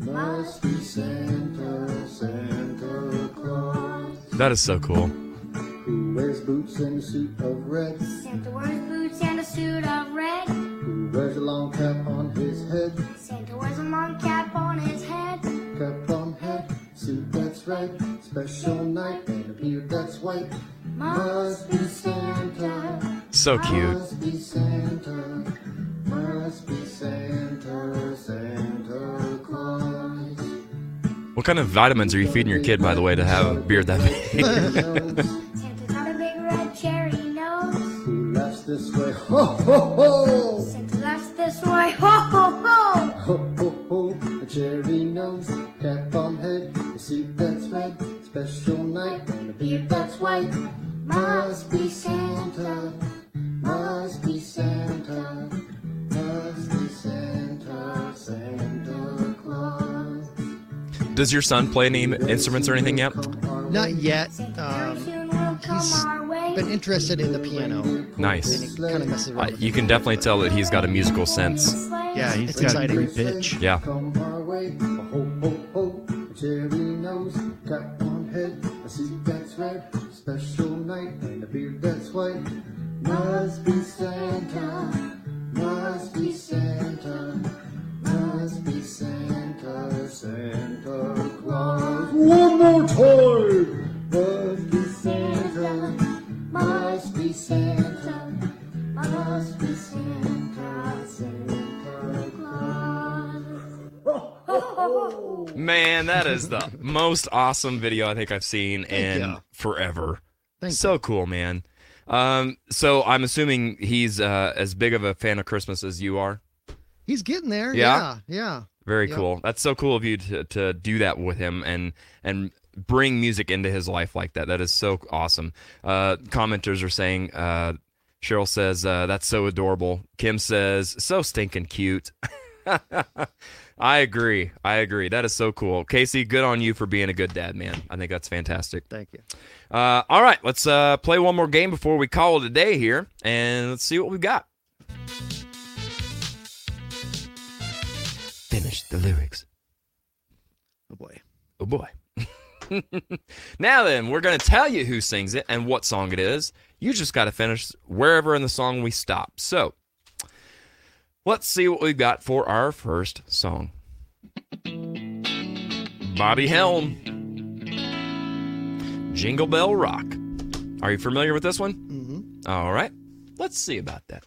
Speaker 10: Must be Santa. Santa Claus.
Speaker 1: That is so cool.
Speaker 10: Who wears boots and a suit of red?
Speaker 3: Santa wears boots and a suit of red.
Speaker 10: Who wears a long cap on his head?
Speaker 3: Santa wears a long cap on his head.
Speaker 10: Cap on head. Suit that's red. Special night. And a beard that's white. Must be Santa.
Speaker 1: So cute.
Speaker 10: Must be Santa. Must be Santa. Santa Claus.
Speaker 1: What kind of vitamins are you feeding your kid, by the way, to have a beard that big?
Speaker 3: Santa's got a big red cherry nose.
Speaker 10: Who laughs this way? Ho ho ho!
Speaker 3: Santa laughs this way. Ho ho ho!
Speaker 10: Ho ho ho! A cherry nose, cap on head, a suit that's red, special night, and a beard that's white. Must be Santa. Must be Santa. Must be Santa. Santa Claus.
Speaker 1: Does your son play any instruments or anything yet?
Speaker 10: Not yet.
Speaker 5: Um,
Speaker 3: Very soon will come our way.
Speaker 10: been interested in the piano.
Speaker 1: Nice.
Speaker 10: Kind of messes
Speaker 1: Uh, you can definitely tell that he's got a musical sense.
Speaker 2: Yeah, he's
Speaker 10: It's
Speaker 2: got
Speaker 10: exciting.
Speaker 2: a great pitch.
Speaker 1: Yeah.
Speaker 10: Come our way, a ho ho ho, a cherry nose, got one head, a suit that's red, special night, and a beard that's white. Must be Santa, must be Santa, must be Santa, Santa Claus. One more time! Must be Santa, must be Santa, must be Santa, Santa Claus.
Speaker 1: Man, that is the most awesome video I think I've seen in
Speaker 10: ya.
Speaker 1: forever.
Speaker 10: Thank
Speaker 1: so cool, man. Um, so I'm assuming he's uh, as big of a fan of Christmas as you are.
Speaker 10: He's getting there.
Speaker 1: Yeah?
Speaker 10: Yeah. Yeah.
Speaker 1: Very
Speaker 10: Yep.
Speaker 1: cool. That's so cool of you to, to do that with him and and bring music into his life like that. That is so awesome. Uh, commenters are saying uh, Cheryl says, uh, that's so adorable. Kim says, so stinking cute. I agree. I agree. That is so cool. Casey, good on you for being a good dad, man. I think that's fantastic.
Speaker 5: Thank you.
Speaker 1: Uh, all right, let's uh, play one more game before we call it a day here, and let's see what we've got. Finish the lyrics.
Speaker 5: Oh boy.
Speaker 1: Oh boy. now then, we're going to tell you who sings it and what song it is. You just got to finish wherever in the song we stop. So, let's see what we've got for our first song. Bobby Helm, Jingle Bell Rock. Are you familiar with this one? Mm-hmm. right, let's see about that.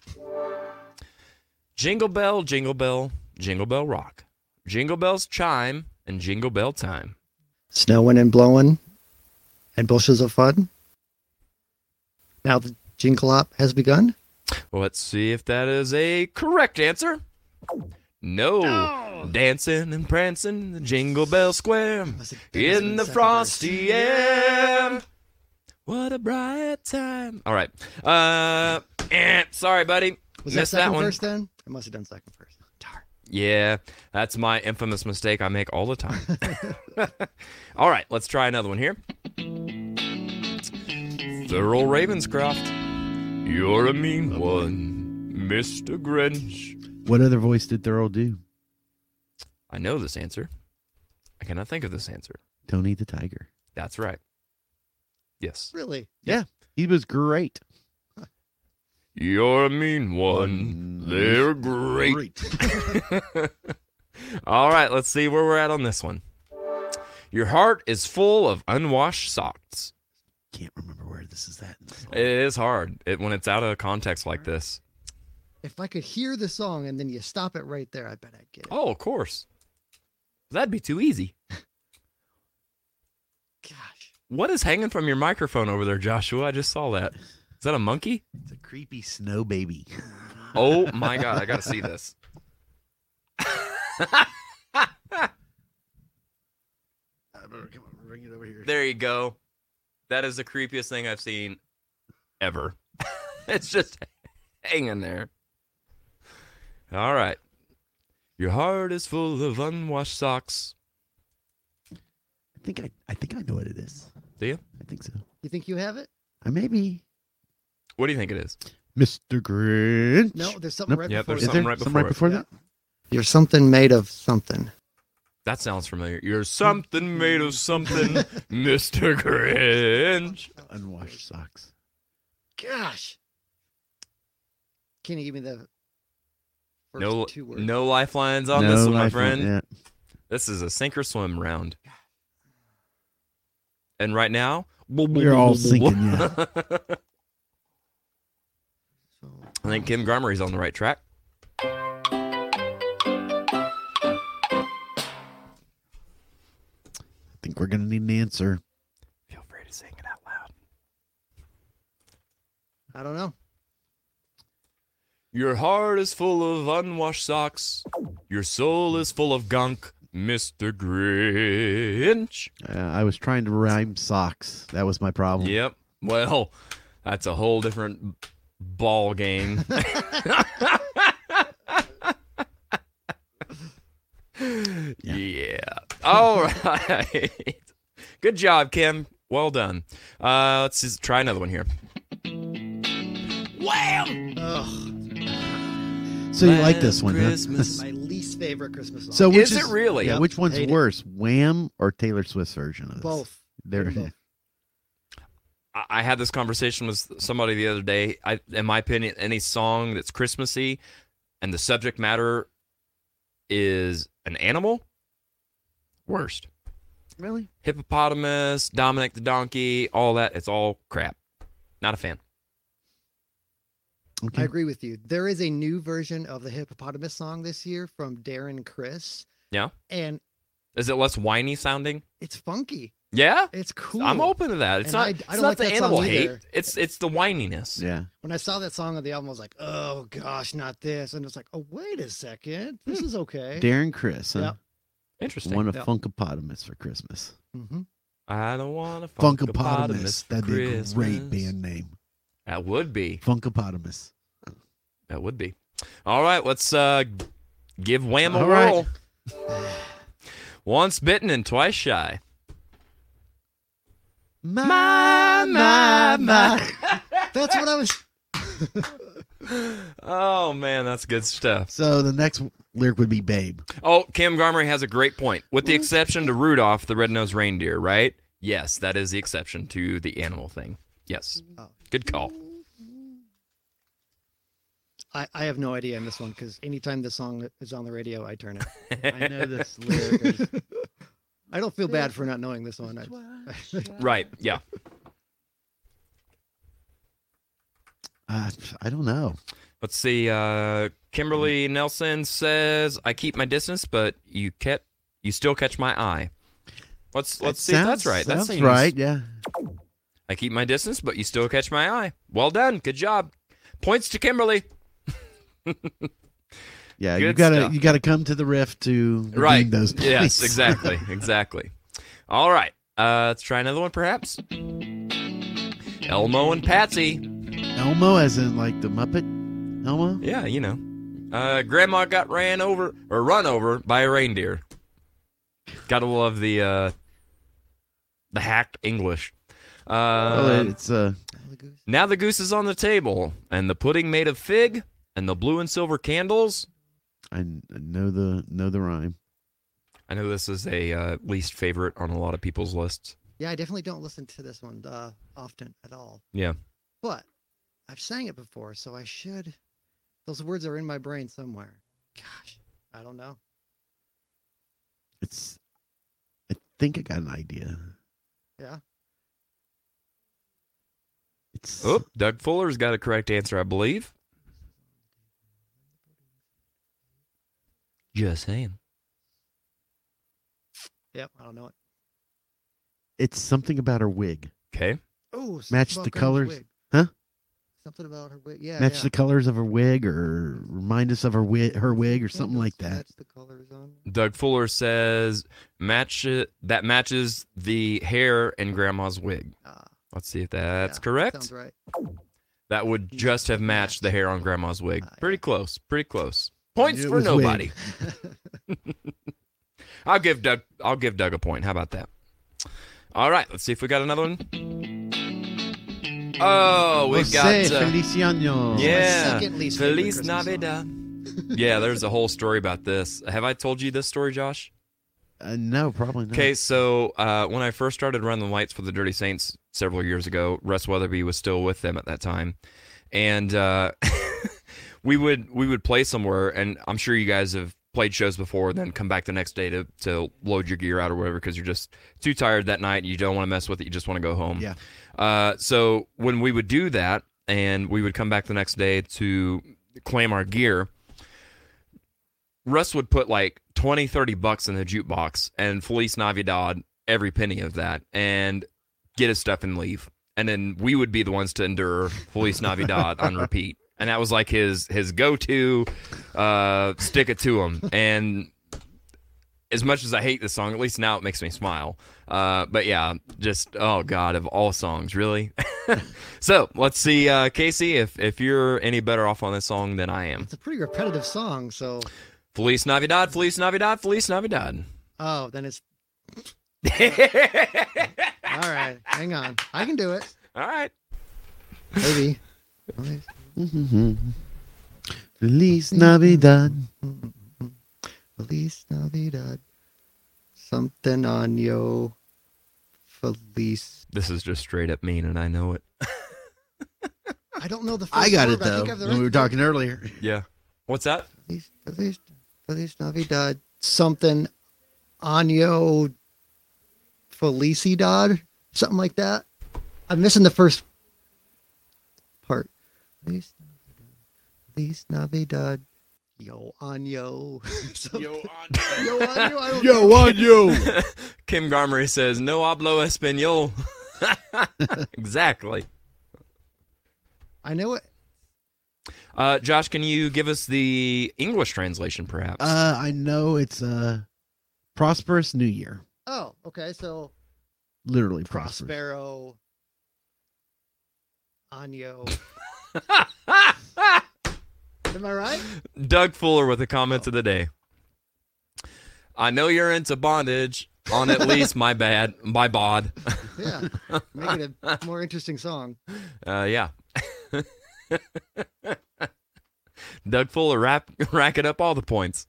Speaker 1: Jingle Bell, Jingle Bell, Jingle Bell Rock. Jingle Bells Chime and Jingle Bell Time.
Speaker 5: Snowing and blowing and bushes of fun. Now the jingle hop has begun.
Speaker 1: Let's see if that is a correct answer. No. Dancing and prancing in the Jingle Bell Square in the frosty air. What a bright time. All right. Uh, eh, sorry, buddy.
Speaker 5: Was
Speaker 1: Missed
Speaker 5: that second
Speaker 1: that one.
Speaker 5: verse then? I must have done second verse.
Speaker 1: Yeah, that's my infamous mistake I make all the time. all right, let's try another one here. Thurl Ravenscroft, you're a mean one, Mr. Grinch.
Speaker 2: What other voice did Thurl do?
Speaker 1: I know this answer. I cannot think of this answer.
Speaker 2: Tony the Tiger.
Speaker 1: That's right. Yes.
Speaker 5: Really?
Speaker 2: Yeah, he was great.
Speaker 1: You're a mean one. They're great. All right, let's see where we're at on this one. Your heart is full of unwashed socks.
Speaker 2: Can't remember where this is at.
Speaker 1: It is hard it, when it's out of context like this.
Speaker 5: If I could hear the song and then you stop it right there, I bet I'd get it.
Speaker 1: Oh, of course. That'd be too easy.
Speaker 5: Gosh.
Speaker 1: What is hanging from your microphone over there, Joshua? I just saw that. Is that a monkey?
Speaker 2: It's a creepy snow baby.
Speaker 1: Oh my god, I gotta see this.
Speaker 2: Come on, bring it over here.
Speaker 1: There you go. That is the creepiest thing I've seen ever. it's just hanging there. All right. Your heart is full of unwashed socks.
Speaker 2: I think I, I think I know what it is.
Speaker 1: Do you?
Speaker 2: I think so.
Speaker 5: You think you have it?
Speaker 2: I maybe
Speaker 1: What do you think it is?
Speaker 2: Mr. Grinch.
Speaker 5: No, there's something right
Speaker 1: Yeah,
Speaker 5: before
Speaker 1: there's
Speaker 5: it.
Speaker 2: Is
Speaker 1: something
Speaker 2: there
Speaker 1: right
Speaker 2: something
Speaker 1: before
Speaker 2: right
Speaker 1: it.
Speaker 2: before that?
Speaker 5: You're something made of something.
Speaker 1: That sounds familiar. You're something made of something, Mr. Grinch.
Speaker 2: Unwashed socks.
Speaker 5: Gosh. Can you give me the first
Speaker 1: No,
Speaker 5: two words?
Speaker 1: no lifelines on
Speaker 2: No
Speaker 1: this one, my
Speaker 2: lifeline,
Speaker 1: friend.
Speaker 2: yeah.
Speaker 1: This is a sink or swim round. And right now,
Speaker 2: We're all sinking,
Speaker 1: I think Kim Garmory's on the right track.
Speaker 2: I think we're gonna need an answer.
Speaker 1: Feel free to sing it out loud.
Speaker 5: I don't know.
Speaker 1: Your heart is full of unwashed socks. Your soul is full of gunk, Mr. Grinch.
Speaker 2: Uh, I was trying to rhyme socks. That was my problem.
Speaker 1: Yep. Well, that's a whole different ball game. yeah. All right. Good job, Kim. Well done. Uh, let's just try another one here. Wham!
Speaker 5: Ugh,
Speaker 2: So you like
Speaker 1: Last
Speaker 2: this one, huh?
Speaker 1: Christmas.
Speaker 5: my least favorite Christmas song.
Speaker 2: so which
Speaker 1: Is it really?
Speaker 2: Yeah.
Speaker 1: Yep.
Speaker 2: Which one's
Speaker 5: Hate it.
Speaker 2: worse, Wham or Taylor Swift's version of this?
Speaker 5: both.
Speaker 2: They're
Speaker 5: Both.
Speaker 1: I- I had this conversation with somebody the other day. I, in my opinion, any song that's Christmassy and the subject matter is an animal, worst.
Speaker 2: really.
Speaker 1: hippopotamus, Dominic the donkey, all that. It's all crap. Not a fan.
Speaker 5: I
Speaker 2: Okay.
Speaker 5: agree with you. There is a new version of the hippopotamus song this year from Darren Chris.
Speaker 1: Yeah?
Speaker 5: And
Speaker 1: Is it less whiny sounding?
Speaker 5: it's funky.
Speaker 1: Yeah,
Speaker 5: It's cool.
Speaker 1: I'm open to that. It's
Speaker 5: And
Speaker 1: not.
Speaker 5: I- I
Speaker 1: it's
Speaker 5: don't
Speaker 1: not
Speaker 5: like
Speaker 1: the
Speaker 5: that song
Speaker 1: animal hate.
Speaker 5: either.
Speaker 1: It's it's the whininess.
Speaker 2: Yeah.
Speaker 5: When I saw that song on the album, I was like, oh gosh, not this. And it's like, oh, wait a second. This is okay.
Speaker 2: Hmm. Darren Chris. Huh?
Speaker 5: Yep.
Speaker 1: Interesting.
Speaker 2: One of
Speaker 5: Yep.
Speaker 2: Funkopotamus for Christmas.
Speaker 5: Mhm.
Speaker 1: I don't want to
Speaker 2: Funkopotamus. That'd be a
Speaker 1: Christmas.
Speaker 2: great band name.
Speaker 1: That would be
Speaker 2: Funkopotamus.
Speaker 1: That would be. All right, let's uh give Wham a
Speaker 2: All right.
Speaker 1: whirl. Once bitten and twice shy.
Speaker 2: My,
Speaker 5: my, my. That's what I was.
Speaker 1: Oh man, that's good stuff.
Speaker 2: So the next lyric would be Babe.
Speaker 1: Oh, Cam Garmory has a great point. With
Speaker 2: Mm-hmm.
Speaker 1: the exception to Rudolph the Red-Nosed Reindeer, right? Yes, that is the exception to the animal thing. Yes.
Speaker 2: Oh.
Speaker 1: Good call.
Speaker 5: I, I have no idea in this one because anytime this song is on the radio, I turn it.
Speaker 2: I know this lyric is-
Speaker 5: I don't feel bad for not knowing this one. I-
Speaker 1: Right. Yeah.
Speaker 2: Uh, I don't know.
Speaker 1: Let's see. Uh, Kimberly
Speaker 2: Mm-hmm.
Speaker 1: Nelson says, "I keep my distance, but you kept, you still catch my eye." Let's let's see if that's
Speaker 2: Sounds-
Speaker 1: right.
Speaker 2: Sounds
Speaker 1: that seems,
Speaker 2: right. Yeah.
Speaker 1: I keep my distance, but you still catch my eye. Well done. Good job. Points to Kimberly.
Speaker 2: Yeah. you
Speaker 1: Good
Speaker 2: gotta
Speaker 1: stuff.
Speaker 2: you gotta come to the riff to redeem
Speaker 1: Right.
Speaker 2: those points.
Speaker 1: Yes. Exactly. exactly. All right. Uh, let's try another one, perhaps. Elmo and Patsy.
Speaker 2: Elmo, as in like the Muppet Elmo.
Speaker 1: Yeah, you know. Uh, grandma got ran over or run over by a reindeer. Gotta love the uh, the hacked English.
Speaker 2: Well,
Speaker 1: Uh,
Speaker 2: it's uh,
Speaker 1: now the goose is on the table, and the pudding made of fig, and the blue and silver candles.
Speaker 2: I kn- know the know the rhyme.
Speaker 1: I know this is a uh, least favorite on a lot of people's lists.
Speaker 5: yeah, I definitely don't listen to this one uh, often at all.
Speaker 1: Yeah,
Speaker 5: But I've sang it before, so I should. Those words are in my brain somewhere. Gosh, I don't know.
Speaker 2: It's. I think I got an idea.
Speaker 5: Yeah.
Speaker 1: Oh, Doug Fuller's got a correct answer, I believe. Just saying.
Speaker 5: Yep, I don't know it.
Speaker 2: It's something about her wig.
Speaker 1: Okay.
Speaker 5: Oh, something
Speaker 2: match
Speaker 5: about
Speaker 2: the
Speaker 5: Grandma's
Speaker 2: colors,
Speaker 5: wig.
Speaker 2: huh?
Speaker 5: Something about her wig. Yeah.
Speaker 2: match
Speaker 5: yeah.
Speaker 2: the colors of her wig, or remind us of her wig, her wig, or something like that.
Speaker 5: the colors on.
Speaker 1: Doug Fuller says match uh, that matches the hair in grandma's wig. Let's see if that's correct.
Speaker 5: Ah. Sounds right.
Speaker 1: That would just have matched the hair on grandma's wig.
Speaker 5: Ah,
Speaker 1: Pretty close. Pretty close.
Speaker 2: I
Speaker 1: Points
Speaker 2: knew it
Speaker 1: for
Speaker 2: was wig.
Speaker 1: nobody. I'll give Doug I'll give Doug a point. How about that? All right, let's see if we got another one. Oh, we
Speaker 2: Jose
Speaker 1: got uh,
Speaker 2: Feliciano.
Speaker 1: Yeah. Feliz Navidad. yeah, there's a whole story about this. Have I told you this story, Josh?
Speaker 2: Uh, no, probably not.
Speaker 1: Okay, so uh, when I first started running the lights for the Dirty Saints several years ago, Russ Weatherby was still with them at that time, and uh, we would we would play somewhere, and I'm sure you guys have played shows before, and then come back the next day to to load your gear out or whatever because you're just too tired that night. You don't want to mess with it. You just want to go home.
Speaker 2: Yeah.
Speaker 1: Uh, so when we would do that, and we would come back the next day to claim our gear. Russ would put like 20, 30 bucks in the jukebox and Feliz Navidad every penny of that and get his stuff and leave. And then we would be the ones to endure Feliz Navidad on repeat. And that was like his his go to uh, stick it to him. And as much as I hate this song, at least now it makes me smile. Uh, but yeah, just oh god, of all songs, really. so let's see, uh, Casey, if if you're any better off on this song than I am.
Speaker 5: It's a pretty repetitive song, so
Speaker 1: Feliz Navidad, Feliz Navidad, Feliz Navidad.
Speaker 5: oh, then it's. All right, hang on. I can do it.
Speaker 1: All right.
Speaker 5: Maybe.
Speaker 2: Mhm. Feliz Navidad.
Speaker 5: Feliz Navidad. Something on yo. Feliz.
Speaker 1: This is just straight up mean, and I know it.
Speaker 5: I don't know the. First
Speaker 2: I got
Speaker 5: word,
Speaker 2: it
Speaker 5: but I
Speaker 2: though.
Speaker 5: think I have the
Speaker 2: When we were
Speaker 5: rest of
Speaker 2: talking earlier,
Speaker 1: Yeah. What's that?
Speaker 5: it. Feliz, Feliz Navidad. Something on yo. Felicidad. Something like that. I'm missing the first part. Feliz Navidad. Feliz Navidad. Yo on yo. Something- yo on yo. Oh, I don't know.
Speaker 1: Kim Garmory says, "No hablo español." exactly.
Speaker 5: I know it.
Speaker 1: Uh, Josh, can you give us the English translation, perhaps?
Speaker 2: uh, I know it's uh, prosperous New Year.
Speaker 5: Oh, okay. So
Speaker 2: Literally prosperous.
Speaker 5: Prospero. Anyo. Am I right?
Speaker 1: Doug Fuller with the comments of the day. I know you're into bondage on at least my bad, my bod.
Speaker 5: Yeah. Make it a more interesting song.
Speaker 1: Uh, yeah. Doug Fuller rap, racking up all the points.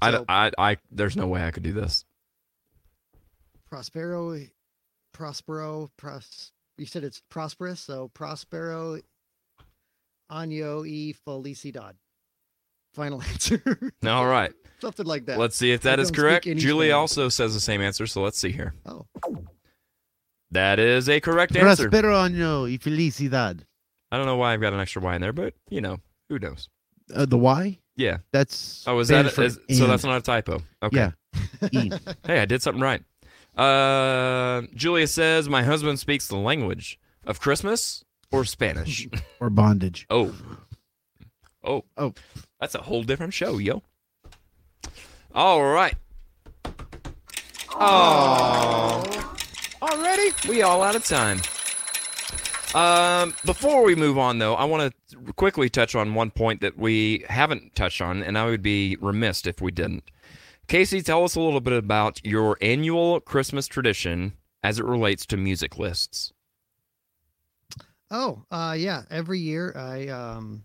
Speaker 1: I,
Speaker 5: So-
Speaker 1: I, I, there's no way I could do this.
Speaker 5: Prospero, Prospero, Pros. You said it's prosperous, so Prospero, Anyo e Felicidad. Final answer,
Speaker 1: All right.
Speaker 5: something like that.
Speaker 1: Let's see if
Speaker 5: I
Speaker 1: that is
Speaker 5: don't speak
Speaker 1: correct.
Speaker 5: any
Speaker 1: Julie
Speaker 5: Spanish.
Speaker 1: also says the same answer, so let's see here.
Speaker 5: Oh.
Speaker 1: That is a correct answer.
Speaker 2: Prospero año y felicidad.
Speaker 1: I don't know why I've got an extra Y in there, but you know, who knows?
Speaker 2: Uh, the Y?
Speaker 1: Yeah.
Speaker 2: That's
Speaker 1: Oh, is
Speaker 2: Spanish
Speaker 1: that
Speaker 2: for
Speaker 1: is, so?
Speaker 2: and.
Speaker 1: That's not a typo. Okay.
Speaker 2: Yeah.
Speaker 1: hey, I did something right. Uh, Julia says my husband speaks the language of Christmas or Spanish.
Speaker 2: Or bondage.
Speaker 1: oh, oh, oh, that's a whole different show, yo. All right. Oh, already we all out of time. Um, before we move on, though, I want to quickly touch on one point that we haven't touched on, and I would be remiss if we didn't. Casey, tell us a little bit about your annual Christmas tradition as it relates to music lists.
Speaker 5: Oh, uh, yeah. Every year I um,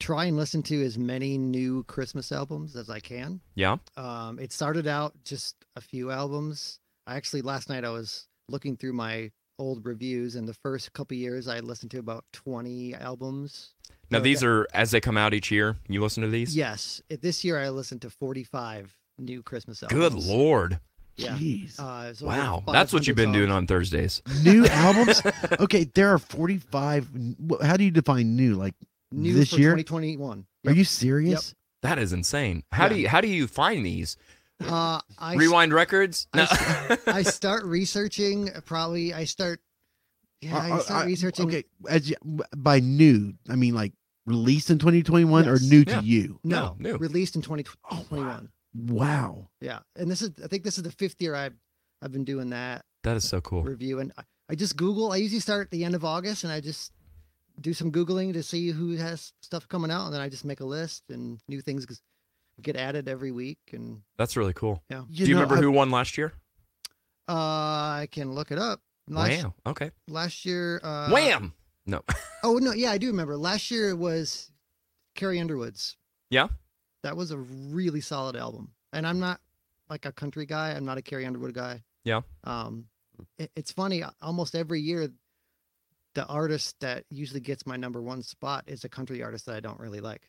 Speaker 5: try and listen to as many new Christmas albums as I can.
Speaker 1: Yeah.
Speaker 5: Um, it started out just a few albums. I actually last night I was looking through my old reviews, and the first couple years I listened to about twenty albums.
Speaker 1: Now,
Speaker 5: So
Speaker 1: these
Speaker 5: that-
Speaker 1: are as they come out each year. You listen to these?
Speaker 5: yes. it- This year I listened to forty-five new Christmas
Speaker 1: Good
Speaker 5: albums.
Speaker 1: lord.
Speaker 5: Yeah.
Speaker 2: Jeez.
Speaker 5: Uh, so over
Speaker 1: Wow. That's what you've
Speaker 5: 500
Speaker 1: been
Speaker 5: songs.
Speaker 1: doing on Thursdays.
Speaker 2: New albums? Okay, there are 45. wh- How do you define new? Like
Speaker 5: New
Speaker 2: this
Speaker 5: for
Speaker 2: year?
Speaker 5: 2021.
Speaker 2: Are you serious?
Speaker 1: That is insane. How do
Speaker 5: Yeah.
Speaker 1: you how do you find these?
Speaker 5: Uh, I
Speaker 1: Rewind records? No.
Speaker 5: I start researching. uh, Probably I start. Yeah,
Speaker 2: Are-
Speaker 5: I
Speaker 2: are-
Speaker 5: start
Speaker 2: are-
Speaker 5: researching.
Speaker 2: Uh, Okay, as you, by new, I mean like released in 2021 or
Speaker 5: Yes.
Speaker 2: new
Speaker 5: Yeah.
Speaker 2: to you? Oh,
Speaker 5: No,
Speaker 1: no.
Speaker 5: released in 2021.
Speaker 2: Wow.
Speaker 5: Yeah, and this is I think this is the fifth year I've I've been doing that
Speaker 1: That is so cool.
Speaker 5: review, and I, I just Google. I usually start at the end of August, and I just do some googling to see who has stuff coming out, and then I just make a list, and new things g- get added every week, and
Speaker 1: That's really cool.
Speaker 5: Yeah.
Speaker 1: Do
Speaker 5: You
Speaker 1: you
Speaker 5: know,
Speaker 1: remember
Speaker 5: I-
Speaker 1: who won last year?
Speaker 5: uh, I can look it up. Last,
Speaker 1: wow. Okay.
Speaker 5: Last year, uh,
Speaker 1: Wham. No.
Speaker 5: Oh no, yeah, I do remember. Last year it was Carrie Underwood's.
Speaker 1: yeah.
Speaker 5: That was a really solid album. And I'm not like a country guy. I'm not a Carrie Underwood guy.
Speaker 1: Yeah.
Speaker 5: Um, it, it's funny. a- Almost every year, the artist that usually gets my number one spot is a country artist that I don't really like.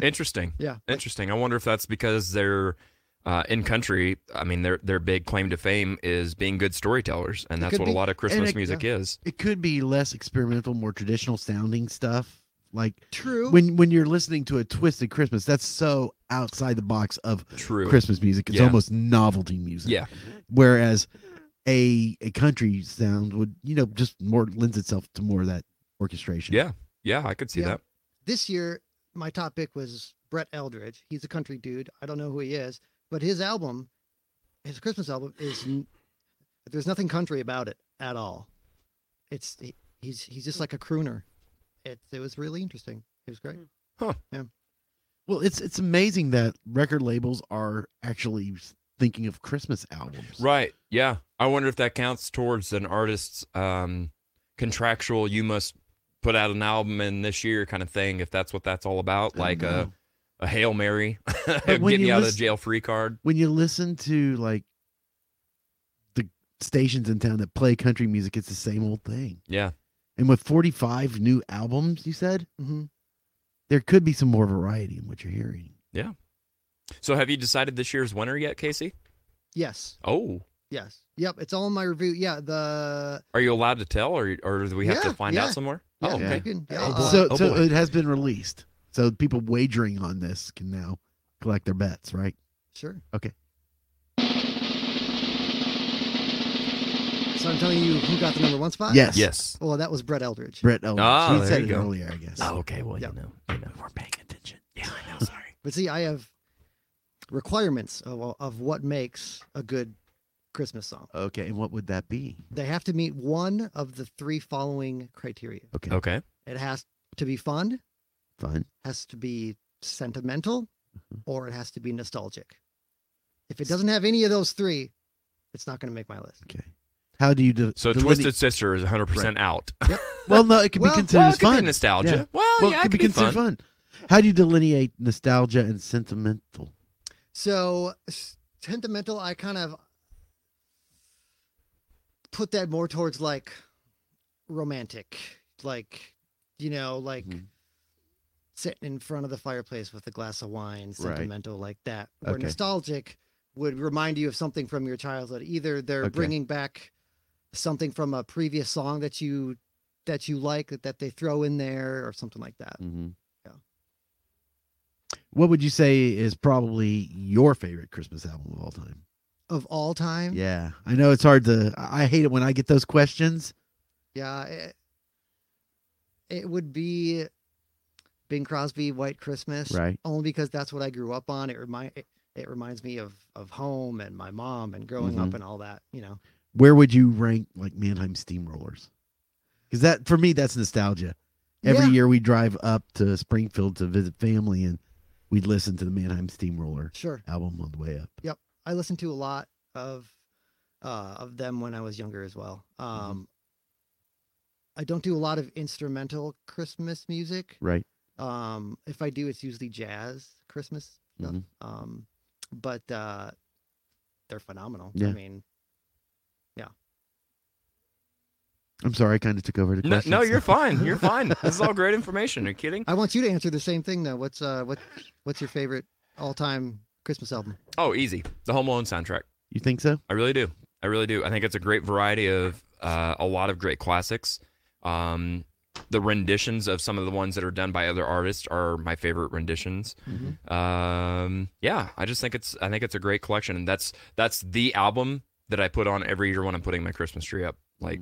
Speaker 1: Interesting.
Speaker 5: Yeah.
Speaker 1: Interesting. I wonder if that's because they're uh, in country. I mean, their their big claim to fame is being good storytellers, and
Speaker 2: It
Speaker 1: that's
Speaker 2: could
Speaker 1: what
Speaker 2: be-
Speaker 1: a lot of
Speaker 2: and
Speaker 1: Christmas
Speaker 2: it-
Speaker 1: music
Speaker 2: yeah.
Speaker 1: is.
Speaker 2: It could be less experimental, more traditional sounding stuff. Like
Speaker 5: True.
Speaker 2: When when you're listening to a Twisted Christmas, that's so outside the box of
Speaker 1: True.
Speaker 2: Christmas music. It's
Speaker 1: Yeah.
Speaker 2: almost novelty music.
Speaker 1: Yeah.
Speaker 2: Whereas a a country sound would, you know, just more lends itself to more of that orchestration.
Speaker 1: Yeah. Yeah, I could see
Speaker 5: Yeah.
Speaker 1: that.
Speaker 5: this year my top pick was Brett Eldridge. He's a country dude. I don't know who he is, but his album, his Christmas album, is n- there's nothing country about it at all. It's he, he's he's just like a crooner. It it was really interesting. It was great.
Speaker 1: Huh.
Speaker 5: Yeah.
Speaker 2: Well, it's it's amazing that record labels are actually thinking of Christmas albums.
Speaker 1: Right. Yeah. I wonder if that counts towards an artist's um, contractual. You must put out an album in this year, kind of thing. If that's what that's all about, like a a hail mary,
Speaker 2: when
Speaker 1: getting
Speaker 2: you
Speaker 1: you out of
Speaker 2: listen-
Speaker 1: jail free card.
Speaker 2: When you listen to like the stations in town that play country music, it's the same old thing.
Speaker 1: Yeah.
Speaker 2: And with 45 new albums, you said,
Speaker 5: mm-hmm.
Speaker 2: there could be some more variety in what you're hearing.
Speaker 1: Yeah. So, have you decided this year's winner yet, Casey?
Speaker 5: Yes.
Speaker 1: Oh,
Speaker 5: Yes. Yep. It's all in my review. Yeah. The
Speaker 1: are you allowed to tell, or or do we have
Speaker 5: Yeah,
Speaker 1: to find
Speaker 5: yeah.
Speaker 1: out somewhere?
Speaker 5: Yeah,
Speaker 1: oh,
Speaker 5: you
Speaker 1: okay.
Speaker 5: can- yeah,
Speaker 1: oh, boy.
Speaker 5: uh,
Speaker 2: so
Speaker 1: oh,
Speaker 2: so
Speaker 1: boy.
Speaker 2: it has been released. So people wagering on this can now collect their bets, right?
Speaker 5: sure.
Speaker 2: Okay.
Speaker 5: So I'm telling you who got the number one spot.
Speaker 2: Yes. Yes.
Speaker 5: Well, that was Brett oh, Eldridge.
Speaker 2: Brett Eldridge.
Speaker 1: Ah,
Speaker 2: we
Speaker 1: there
Speaker 2: said
Speaker 1: you
Speaker 2: it
Speaker 1: go.
Speaker 2: earlier, I guess.
Speaker 1: Oh, okay. Well,
Speaker 5: Yep.
Speaker 1: you know, you know, we're paying attention. Yeah, I know. Sorry.
Speaker 5: But see, I have requirements of, of what makes a good Christmas song.
Speaker 2: Okay, and what would that be?
Speaker 5: They have to meet one of the three following criteria.
Speaker 2: Okay. Okay.
Speaker 5: It has to be fun,
Speaker 2: Fun.
Speaker 5: has to be sentimental,
Speaker 2: Mm-hmm.
Speaker 5: or it has to be nostalgic. If it doesn't have any of those three, it's not going to make my list.
Speaker 2: Okay. How do you do?
Speaker 1: So Twisted Sister is 100% out.
Speaker 2: Well, no, it could
Speaker 1: Well,
Speaker 2: be considered
Speaker 1: well, it
Speaker 2: as
Speaker 1: could be
Speaker 2: fun.
Speaker 1: nostalgia.
Speaker 5: Well, yeah, it could be
Speaker 2: considered
Speaker 5: fun.
Speaker 2: How do you delineate nostalgia and sentimental?
Speaker 5: So s- sentimental, I kind of put that more towards like romantic, like you know, like
Speaker 2: Mm-hmm.
Speaker 5: sitting in front of the fireplace with a glass of wine, sentimental like that. Or
Speaker 2: Okay.
Speaker 5: nostalgic would remind you of something from your childhood. Either they're
Speaker 2: Okay.
Speaker 5: bringing back something from a previous song that you that you like that, that they throw in there or something like that.
Speaker 2: Mm-hmm.
Speaker 5: Yeah.
Speaker 2: What would you say is probably your favorite Christmas album of all time?
Speaker 5: Of all time.
Speaker 2: Yeah, I know it's hard to. I I hate it when I get those questions.
Speaker 5: Yeah, it, it would be Bing Crosby White Christmas,
Speaker 2: Right.
Speaker 5: Only because that's what I grew up on. It remind it, it reminds me of of home and my mom and growing
Speaker 2: Mhm.
Speaker 5: up and all that. You know,
Speaker 2: Where would you rank like Mannheim Steamrollers? Because that for me, that's nostalgia. Every
Speaker 5: Yeah.
Speaker 2: year we drive up to Springfield to visit family, and we'd listen to the Mannheim Steamroller
Speaker 5: Sure.
Speaker 2: album on the way up.
Speaker 5: yep. I listened to a lot of uh, of them when I was younger as well.
Speaker 2: Mm-hmm.
Speaker 5: Um, I don't do a lot of instrumental Christmas music.
Speaker 2: Right.
Speaker 5: Um, if I do, it's usually jazz Christmas stuff.
Speaker 2: Mm-hmm.
Speaker 5: Um, but uh, they're phenomenal.
Speaker 2: Yeah.
Speaker 5: I mean, yeah.
Speaker 2: I'm sorry, I kind of took over the
Speaker 1: No,
Speaker 2: question.
Speaker 1: no, you're fine. You're fine. This is all great information. Are you kidding?
Speaker 5: I want you to answer the same thing though. What's uh what what's your favorite all time Christmas album?
Speaker 1: Oh, easy. The Home Alone soundtrack.
Speaker 2: You think so?
Speaker 1: I really do. I really do. I think it's a great variety of uh, a lot of great classics. Um, the renditions of some of the ones that are done by other artists are my favorite renditions.
Speaker 5: Mm-hmm.
Speaker 1: Um, yeah, I just think it's I think it's a great collection, and that's that's the album that I put on every year when I'm putting my Christmas tree up. Like,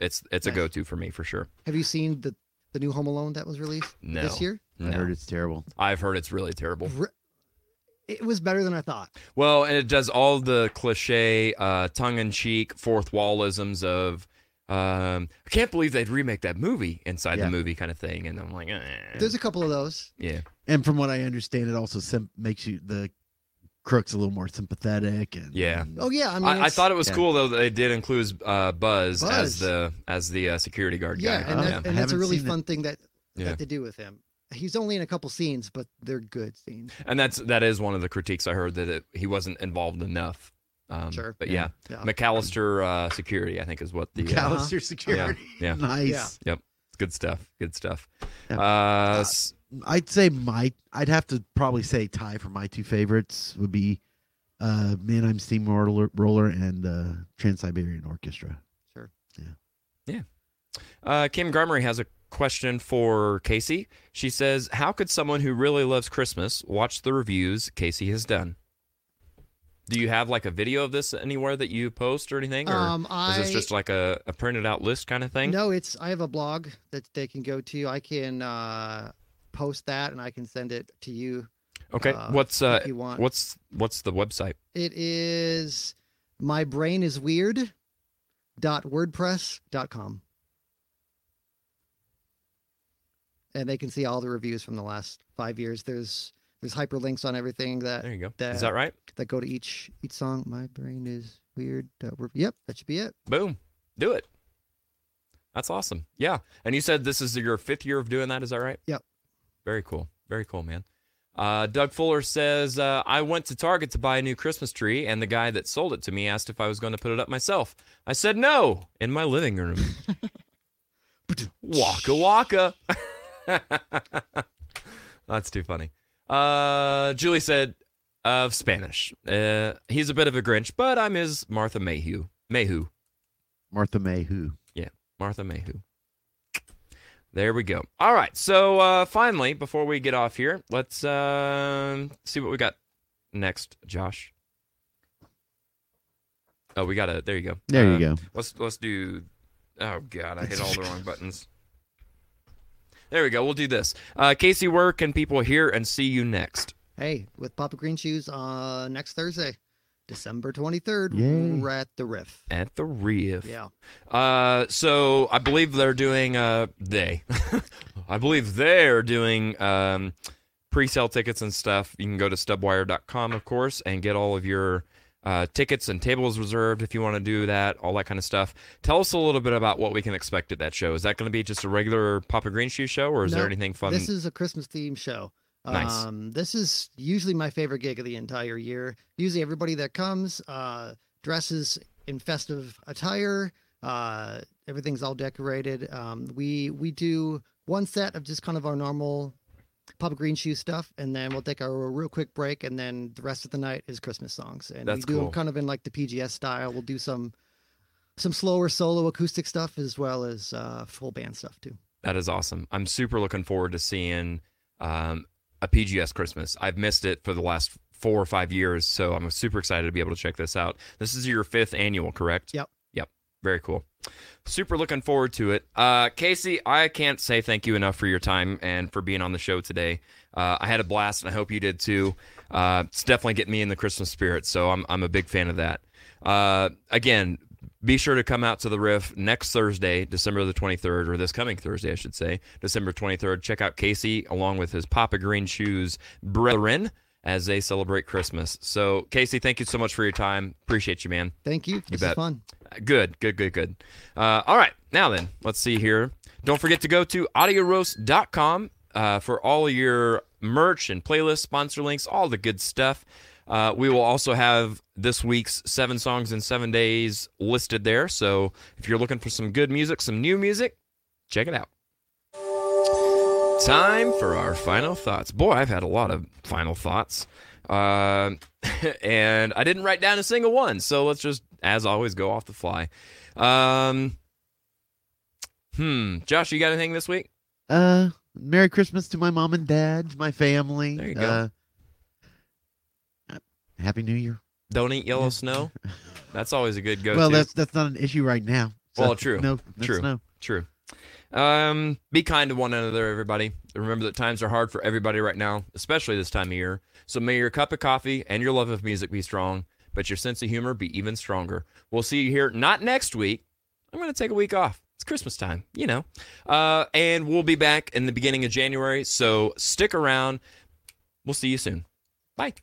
Speaker 1: it's it's a
Speaker 5: Mm. Nice.
Speaker 1: go-to for me for sure.
Speaker 5: Have you seen the the new Home Alone that was released
Speaker 1: No,
Speaker 5: this year?
Speaker 1: no.
Speaker 2: I heard it's terrible.
Speaker 1: I've heard it's really terrible.
Speaker 5: Re- It was better than I thought.
Speaker 1: Well, and it does all the cliche, uh, tongue in cheek, fourth wallisms of, um, I can't believe they'd remake that movie inside
Speaker 2: Yeah.
Speaker 1: the movie kind of thing. And I'm like, eh.
Speaker 5: There's a couple of those.
Speaker 1: yeah.
Speaker 2: And from what I understand, it also sim- makes you the crooks a little more sympathetic. And
Speaker 1: Yeah.
Speaker 5: Oh yeah, I mean
Speaker 1: I,
Speaker 5: it's-
Speaker 1: thought it was
Speaker 2: Yeah.
Speaker 1: cool though that they did include uh, Buzz,
Speaker 5: Buzz.
Speaker 1: as the as the uh, security guard
Speaker 5: Yeah,
Speaker 1: guy.
Speaker 5: and, that, and that's a
Speaker 2: Haven't
Speaker 5: really
Speaker 2: seen it.
Speaker 5: fun thing that
Speaker 1: Yeah.
Speaker 5: that they do with him. He's only in a couple scenes, but they're good scenes.
Speaker 1: And that's that is one of the critiques I heard that it, he wasn't involved enough. Um,
Speaker 5: Sure.
Speaker 1: But yeah,
Speaker 5: Yeah.
Speaker 1: McAllister uh, security, I think, is what the uh,
Speaker 2: McAllister
Speaker 1: yeah,
Speaker 2: security.
Speaker 1: Yeah,
Speaker 2: Nice.
Speaker 5: Yeah.
Speaker 1: Yep. Good stuff. Good stuff.
Speaker 2: Yeah.
Speaker 1: Uh, s-
Speaker 2: I'd say my I'd have to probably say tie for my two favorites would be uh Man I'm Steamroller Roller and uh Trans Siberian Orchestra.
Speaker 5: Sure.
Speaker 1: Yeah. Uh, Kim Garmery has a question for Casey. She says, How could someone who really loves Christmas watch the reviews Casey has done? Do you have like a video of this anywhere that you post or anything? Or
Speaker 5: Um,
Speaker 1: is
Speaker 5: I-
Speaker 1: this just like a, a printed out list kind of thing?
Speaker 5: No, it's I have a blog that they can go to. I can uh post that and I can send it to you.
Speaker 1: Okay.
Speaker 5: uh,
Speaker 1: what's uh
Speaker 5: if you want.
Speaker 1: what's what's the website?
Speaker 5: It is my brain is weird dot wordpress dot com. And they can see all the reviews from the last five years. There's there's hyperlinks on everything that
Speaker 1: There you go.
Speaker 5: That,
Speaker 1: Is that right?
Speaker 5: That go to each each song. My brain is weird. dot word- Yep, that should be it.
Speaker 1: Boom. Do it. That's awesome. Yeah. And you said this is your fifth year of doing that, is that right?
Speaker 5: Yep.
Speaker 1: Very cool. Very cool, man. Uh, Doug Fuller says, uh, I went to Target to buy a new Christmas tree, and the guy that sold it to me asked if I was going to put it up myself. I said no in my living room. waka waka. That's too funny. Uh, Julie said of Spanish. Uh, he's a bit of a Grinch, but I'm his Martha Mayhew. Mayhew.
Speaker 2: Martha May who?
Speaker 1: Yeah, Martha Mayhew. There we go. All right. So uh, finally, before we get off here, let's um see what we got next, Josh. Oh, we got a. There you go. Uh,
Speaker 2: There you go.
Speaker 1: Let's let's do. Oh God, I hit all the wrong buttons. There we go. We'll do this. Uh, Casey, where can people hear and see you next?
Speaker 5: Hey, with Papa Green Shoes uh, next Thursday December 23rd, we're at the Riff.
Speaker 1: At the Reef.
Speaker 5: Yeah.
Speaker 1: Uh, so I believe they're doing uh they, I believe they're doing um pre-sale tickets and stuff. You can go to stubwire.com of course and get all of your uh, tickets and tables reserved if you want to do that, all that kind of stuff. Tell us a little bit about what we can expect at that show. Is that going to be just a regular Papa Green Shoe show, or is
Speaker 5: No,
Speaker 1: there anything fun?
Speaker 5: This is a Christmas themed show.
Speaker 1: Nice.
Speaker 5: Um, this is usually my favorite gig of the entire year. Usually, everybody that comes uh, dresses in festive attire. Uh, everything's all decorated. Um, we we do one set of just kind of our normal Papa Green Shoe stuff, and then we'll take our real quick break, and then the rest of the night is Christmas songs. And
Speaker 1: That's
Speaker 5: we do
Speaker 1: cool.
Speaker 5: them kind of in like the PGS style. We'll do some some slower solo acoustic stuff as well as uh, full band stuff too.
Speaker 1: That is awesome. I'm super looking forward to seeing um, a PGS Christmas. I've missed it for the last four or five years, so I'm super excited to be able to check this out. This is your fifth annual, correct?
Speaker 5: Yep.
Speaker 1: Yep. Very cool. Super looking forward to it. Uh, Casey, I can't say thank you enough for your time and for being on the show today. Uh, I had a blast, and I hope you did too. Uh, it's definitely getting me in the Christmas spirit, so I'm, I'm a big fan of that. Uh, again, be sure to come out to the riff next thursday december the 23rd or this coming thursday i should say december 23rd check out casey along with his papa green shoes brethren as they celebrate christmas so casey thank you so much for your time appreciate you man
Speaker 5: Thank you. This is
Speaker 1: bet.
Speaker 5: fun.
Speaker 1: Good, good, good, good. Uh, all right, now then, let's see here. Don't forget to go to audioroast.com uh, for all your merch and playlist, sponsor links, all the good stuff. Uh, we will also have this week's seven songs in seven days listed there. So if you're looking for some good music, some new music, check it out. Time for our final thoughts. Boy, I've had a lot of final thoughts. Um and I didn't write down a single one. So let's just, as always, go off the fly. Um, hmm. Josh, you got anything this week?
Speaker 2: Uh, Merry Christmas to my mom and dad, my family. There
Speaker 1: you go.
Speaker 2: Uh, Happy New Year.
Speaker 1: Don't eat yellow snow. That's always a good go to.
Speaker 2: Well, that's that's not an issue right now. So,
Speaker 1: well, true.
Speaker 2: No, that's
Speaker 1: true.
Speaker 2: no.
Speaker 1: True. Um, be kind to one another, everybody. Remember that times are hard for everybody right now, especially this time of year. So may your cup of coffee and your love of music be strong, but your sense of humor be even stronger. We'll see you here not next week. I'm going to take a week off. It's Christmas time, you know. Uh, and we'll be back in the beginning of January. So stick around. We'll see you soon. Bye.